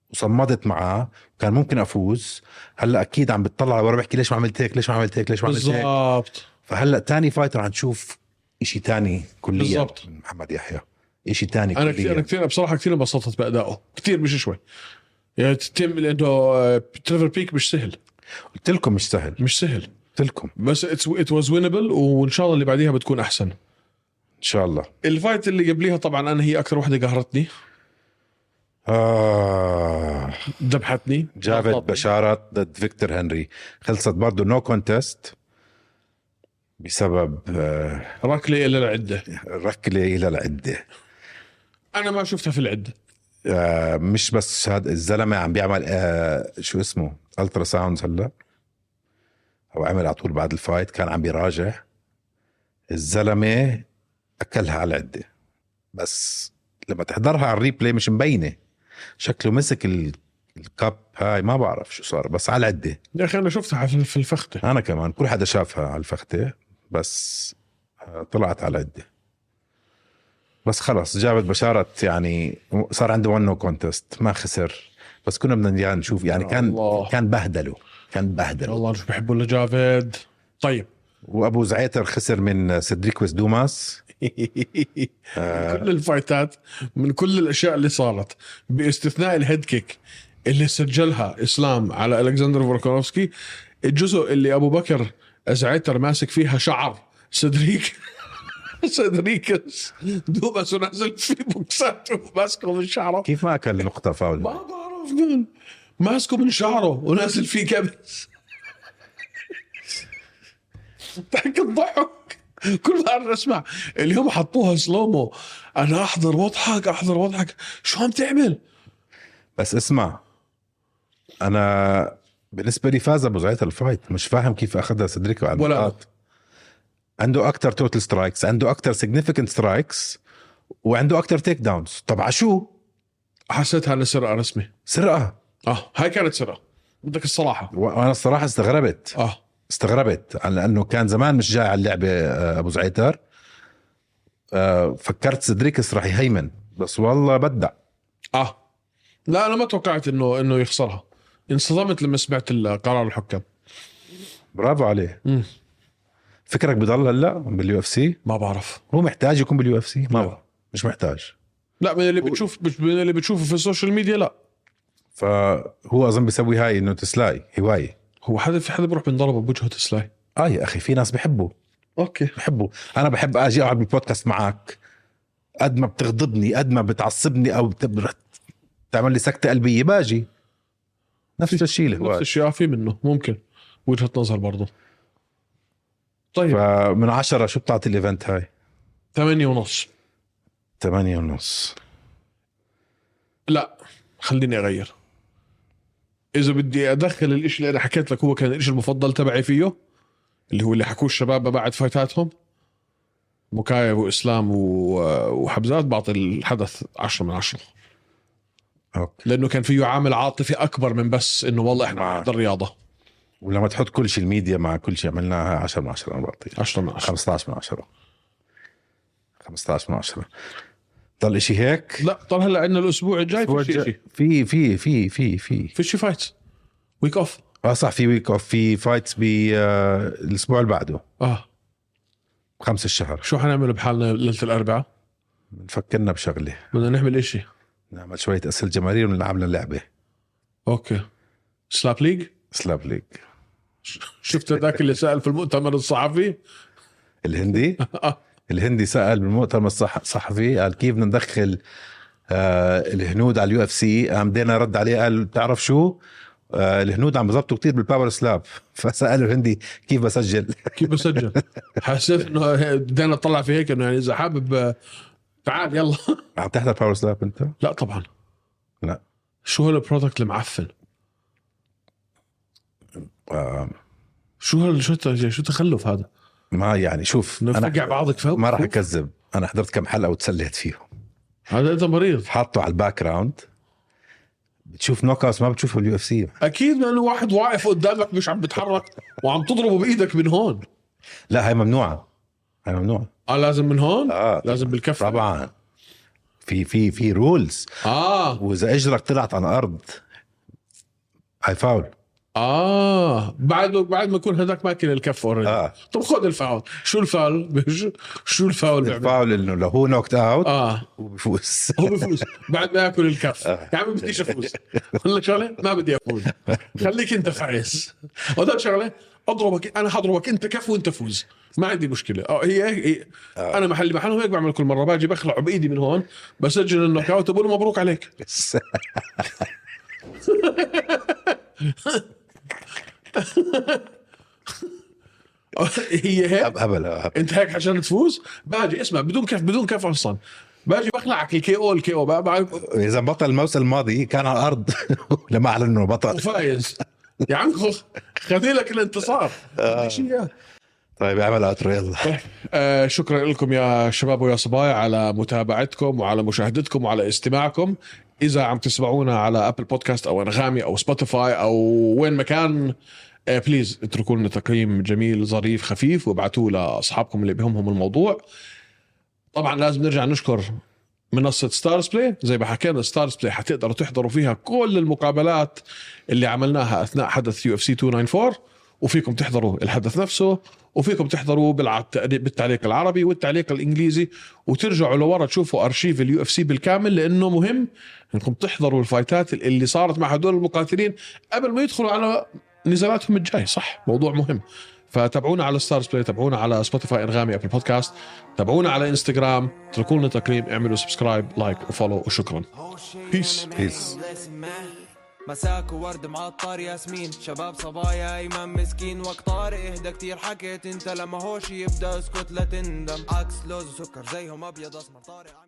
Speaker 2: وصمدت معاه كان ممكن افوز هلا اكيد عم بتطلع ورا بحكي ليش ما عملت هيك ليش ما عملت هيك ليش ما عملت هيك
Speaker 1: بالضبط
Speaker 2: فهلا تاني فايتر عم نشوف إشي تاني كليا
Speaker 1: بالضبط.
Speaker 2: من محمد يحيى إشي تاني
Speaker 1: انا كثير انا
Speaker 2: كليا
Speaker 1: كثير بصراحه كثير انبسطت بادائه كثير مش شوي يعني تتم لانه آه، تريفر بيك مش سهل
Speaker 2: قلت لكم مش سهل
Speaker 1: مش سهل
Speaker 2: قلت لكم
Speaker 1: بس ات واز وينبل وان شاء الله اللي بعديها بتكون احسن
Speaker 2: ان شاء الله
Speaker 1: الفايت اللي قبليها طبعا انا هي اكثر وحده قهرتني
Speaker 2: آه
Speaker 1: ذبحتني
Speaker 2: جافد
Speaker 1: طبطبني.
Speaker 2: بشارة ضد فيكتور هنري خلصت برضه نو كونتست بسبب آه،
Speaker 1: ركله الى العده
Speaker 2: ركلة إلى العدة
Speaker 1: انا ما شفتها في العده
Speaker 2: آه، مش بس هاد الزلمة عم بيعمل آه، شو اسمه الترا ساوند هلا او عمل على طول بعد الفايت كان عم بيراجع الزلمه اكلها على العده بس لما تحضرها على الريبلاي مش مبينه شكله مسك ال- الكب هاي ما بعرف شو صار بس على العده
Speaker 1: يا اخي انا شفتها في في الفخته
Speaker 2: انا كمان كل حدا شافها على الفخته بس آه، طلعت على عده بس خلص جابت بشاره يعني صار عنده ون كونتست ما خسر بس كنا بدنا يعني نشوف يعني كان
Speaker 1: الله.
Speaker 2: كان بهدله كان بهدله
Speaker 1: والله انا مش بحبه الا جافيد طيب
Speaker 2: وابو زعيتر خسر من سيدريكوس دوماس
Speaker 1: من كل الفايتات من كل الاشياء اللي صارت باستثناء الهيد كيك اللي سجلها اسلام على الكسندر فولكانوفسكي الجزء اللي ابو بكر ازعتر ماسك فيها شعر سدريك سدريكس دوبس ونازل في بوكساته ماسكه من شعره
Speaker 2: كيف ما اكل نقطه فاول
Speaker 1: ما بعرف مين ماسكه من شعره ونازل فيه كبس ضحك الضحك كل مرة اسمع اليوم حطوها سلومو انا احضر واضحك احضر واضحك شو عم تعمل؟
Speaker 2: بس اسمع انا بالنسبه لي فاز ابو زعيتر الفايت مش فاهم كيف اخذها سيدريكو على
Speaker 1: ولا
Speaker 2: النقاط عنده اكثر توتال سترايكس عنده اكثر سيجنيفيكنت سترايكس وعنده اكثر تيك داونز طب عشو
Speaker 1: حسيتها انا سرقه رسمي
Speaker 2: سرقه
Speaker 1: اه هاي كانت سرقه بدك الصراحه
Speaker 2: وانا الصراحه استغربت
Speaker 1: اه
Speaker 2: استغربت على لانه كان زمان مش جاي على اللعبه آه، ابو زعيتر آه، فكرت سيدريكس راح يهيمن بس والله بدع
Speaker 1: اه لا انا ما توقعت انه انه يخسرها انصدمت لما سمعت قرار الحكام
Speaker 2: برافو عليه
Speaker 1: مم.
Speaker 2: فكرك بضل هلا باليو اف سي
Speaker 1: ما بعرف
Speaker 2: هو محتاج يكون باليو اف سي ما
Speaker 1: لا.
Speaker 2: بعرف. مش محتاج
Speaker 1: لا من اللي
Speaker 2: هو-
Speaker 1: بتشوف من اللي بتشوفه في السوشيال ميديا لا
Speaker 2: فهو اظن بيسوي هاي انه تسلاي هوايه
Speaker 1: هو حدا في حدا بيروح بنضربه بوجهه تسلاي
Speaker 2: اه يا اخي في ناس بحبوا
Speaker 1: اوكي
Speaker 2: بحبه انا بحب اجي اقعد بالبودكاست معك قد ما بتغضبني قد ما بتعصبني او بت- بتعمل لي سكته قلبيه باجي نفس الشيء
Speaker 1: نفس
Speaker 2: الهواء
Speaker 1: الشيء آه، في منه ممكن وجهه نظر برضه طيب
Speaker 2: فمن عشرة شو بتعطي الايفنت هاي؟
Speaker 1: ثمانية ونص
Speaker 2: ثمانية ونص
Speaker 1: لا خليني اغير اذا بدي ادخل الاشي اللي انا حكيت لك هو كان الاشي المفضل تبعي فيه اللي هو اللي حكوه الشباب بعد فايتاتهم مكايف واسلام و- وحبزات بعطي الحدث 10 من 10
Speaker 2: اوكي
Speaker 1: لانه كان فيه عامل عاطفي اكبر من بس انه والله احنا
Speaker 2: معك.
Speaker 1: عم نحضر رياضه
Speaker 2: ولما تحط كل شيء الميديا مع كل شيء عملناها 10 من 10 انا بعطيه
Speaker 1: 10 من 10
Speaker 2: 15 من 10 15 من 10 ضل شيء هيك؟
Speaker 1: لا طال هلا عندنا الاسبوع الجاي في شيء شيء
Speaker 2: في في في في في
Speaker 1: في شيء فايتس ويك اوف
Speaker 2: اه صح في ويك اوف في فايتس بالاسبوع اللي بعده
Speaker 1: اه
Speaker 2: بخمس الشهر
Speaker 1: شو حنعمل بحالنا ليله الاربعاء
Speaker 2: فكرنا بشغله
Speaker 1: بدنا نعمل إشي
Speaker 2: نعمل شويه اسئله جماهير ونلعب لنا لعبه
Speaker 1: اوكي سلاب ليج
Speaker 2: سلاب ليج
Speaker 1: شفت هذاك اللي سال في المؤتمر الصحفي
Speaker 2: الهندي
Speaker 1: آه.
Speaker 2: الهندي سال بالمؤتمر الصح- الصحفي قال كيف بدنا ندخل آه الهنود على اليو اف سي قام دينا رد عليه قال بتعرف شو آه الهنود عم بزبطوا كتير بالباور سلاب فساله الهندي كيف بسجل
Speaker 1: كيف بسجل حسيت انه بدنا نطلع في هيك انه يعني اذا حابب آه، تعال يلا
Speaker 2: عم تحضر باور سلاب انت
Speaker 1: لا طبعا
Speaker 2: لا.
Speaker 1: شو هالبرودكت المعفن
Speaker 2: آه
Speaker 1: شو هال شو الت- شو التخلف هذا
Speaker 2: ما يعني شوف
Speaker 1: نفقع بعضك فوق
Speaker 2: ما راح اكذب انا حضرت كم حلقه وتسليت فيهم
Speaker 1: هذا انت مريض
Speaker 2: حاطه على الباك جراوند بتشوف نوك اوت ما بتشوفه باليو اف سي
Speaker 1: اكيد لانه واحد واقف قدامك مش عم بتحرك وعم تضربه بايدك من هون
Speaker 2: لا هاي ممنوعه هاي ممنوعه
Speaker 1: اه لازم من هون
Speaker 2: اه
Speaker 1: لازم بالكف
Speaker 2: طبعا في في في رولز
Speaker 1: اه
Speaker 2: واذا اجرك طلعت على الارض هاي فاول
Speaker 1: اه بعد بعد ما يكون هذاك ماكل الكف اوريدي آه.
Speaker 2: اه
Speaker 1: طب خذ الفاول شو الفاول بيج- شو الفاول بيعمل
Speaker 2: الفاول انه لو هو نوكت اوت
Speaker 1: اه
Speaker 2: وبفوز
Speaker 1: هو بفوز بعد ما ياكل الكف
Speaker 2: آه.
Speaker 1: يا عمي بديش افوز اقول لك شغله ما بدي افوز خليك انت فايز هذا شغله اضربك انا حضربك انت كف وانت فوز ما عندي مشكله اه هي هيك هي.
Speaker 2: آه.
Speaker 1: انا محلي محلهم هيك بعمل كل مره باجي بخلع بايدي من هون بسجل النوك اوت بقول له مبروك عليك هي هيك
Speaker 2: هبل هبل
Speaker 1: انت هيك عشان تفوز باجي اسمع بدون كف بدون كف اصلا باجي بخلعك الكي او الكي او بقى- بقى-
Speaker 2: اذا بطل الموسم الماضي كان على الارض لما اعلن انه بطل
Speaker 1: وفايز يا عم خذ لك الانتصار
Speaker 2: آه.
Speaker 1: إيش إياه؟
Speaker 2: طيب اعمل اترو يلا
Speaker 1: آه، شكرا لكم يا شباب ويا صبايا على متابعتكم وعلى مشاهدتكم وعلى استماعكم اذا عم تسمعونا على ابل بودكاست او انغامي او سبوتيفاي او وين مكان آه، بليز اتركوا لنا تقييم جميل ظريف خفيف وابعتوه لاصحابكم اللي بهمهم الموضوع طبعا لازم نرجع نشكر منصة ستارز بلاي زي ما حكينا ستارز بلاي حتقدروا تحضروا فيها كل المقابلات اللي عملناها اثناء حدث يو اف سي 294 وفيكم تحضروا الحدث نفسه وفيكم تحضروا بالع- بالتعليق العربي والتعليق الانجليزي وترجعوا لورا تشوفوا ارشيف اليو اف سي بالكامل لانه مهم انكم تحضروا الفايتات اللي صارت مع هدول المقاتلين قبل ما يدخلوا على نزالاتهم الجاي صح موضوع مهم فتابعونا على ستارز بلاي تابعونا على سبوتيفاي انغامي ابل بودكاست تابعونا على انستغرام اتركوا لنا تقييم اعملوا سبسكرايب لايك وفولو وشكرا Peace.
Speaker 2: Peace.
Speaker 3: مساك وورد معطر ياسمين شباب صبايا ايمن مسكين وقت طارق اهدى كتير حكيت انت لما هوش يبدا اسكت لا تندم عكس لوز وسكر زيهم ابيض اسمر طارق عم-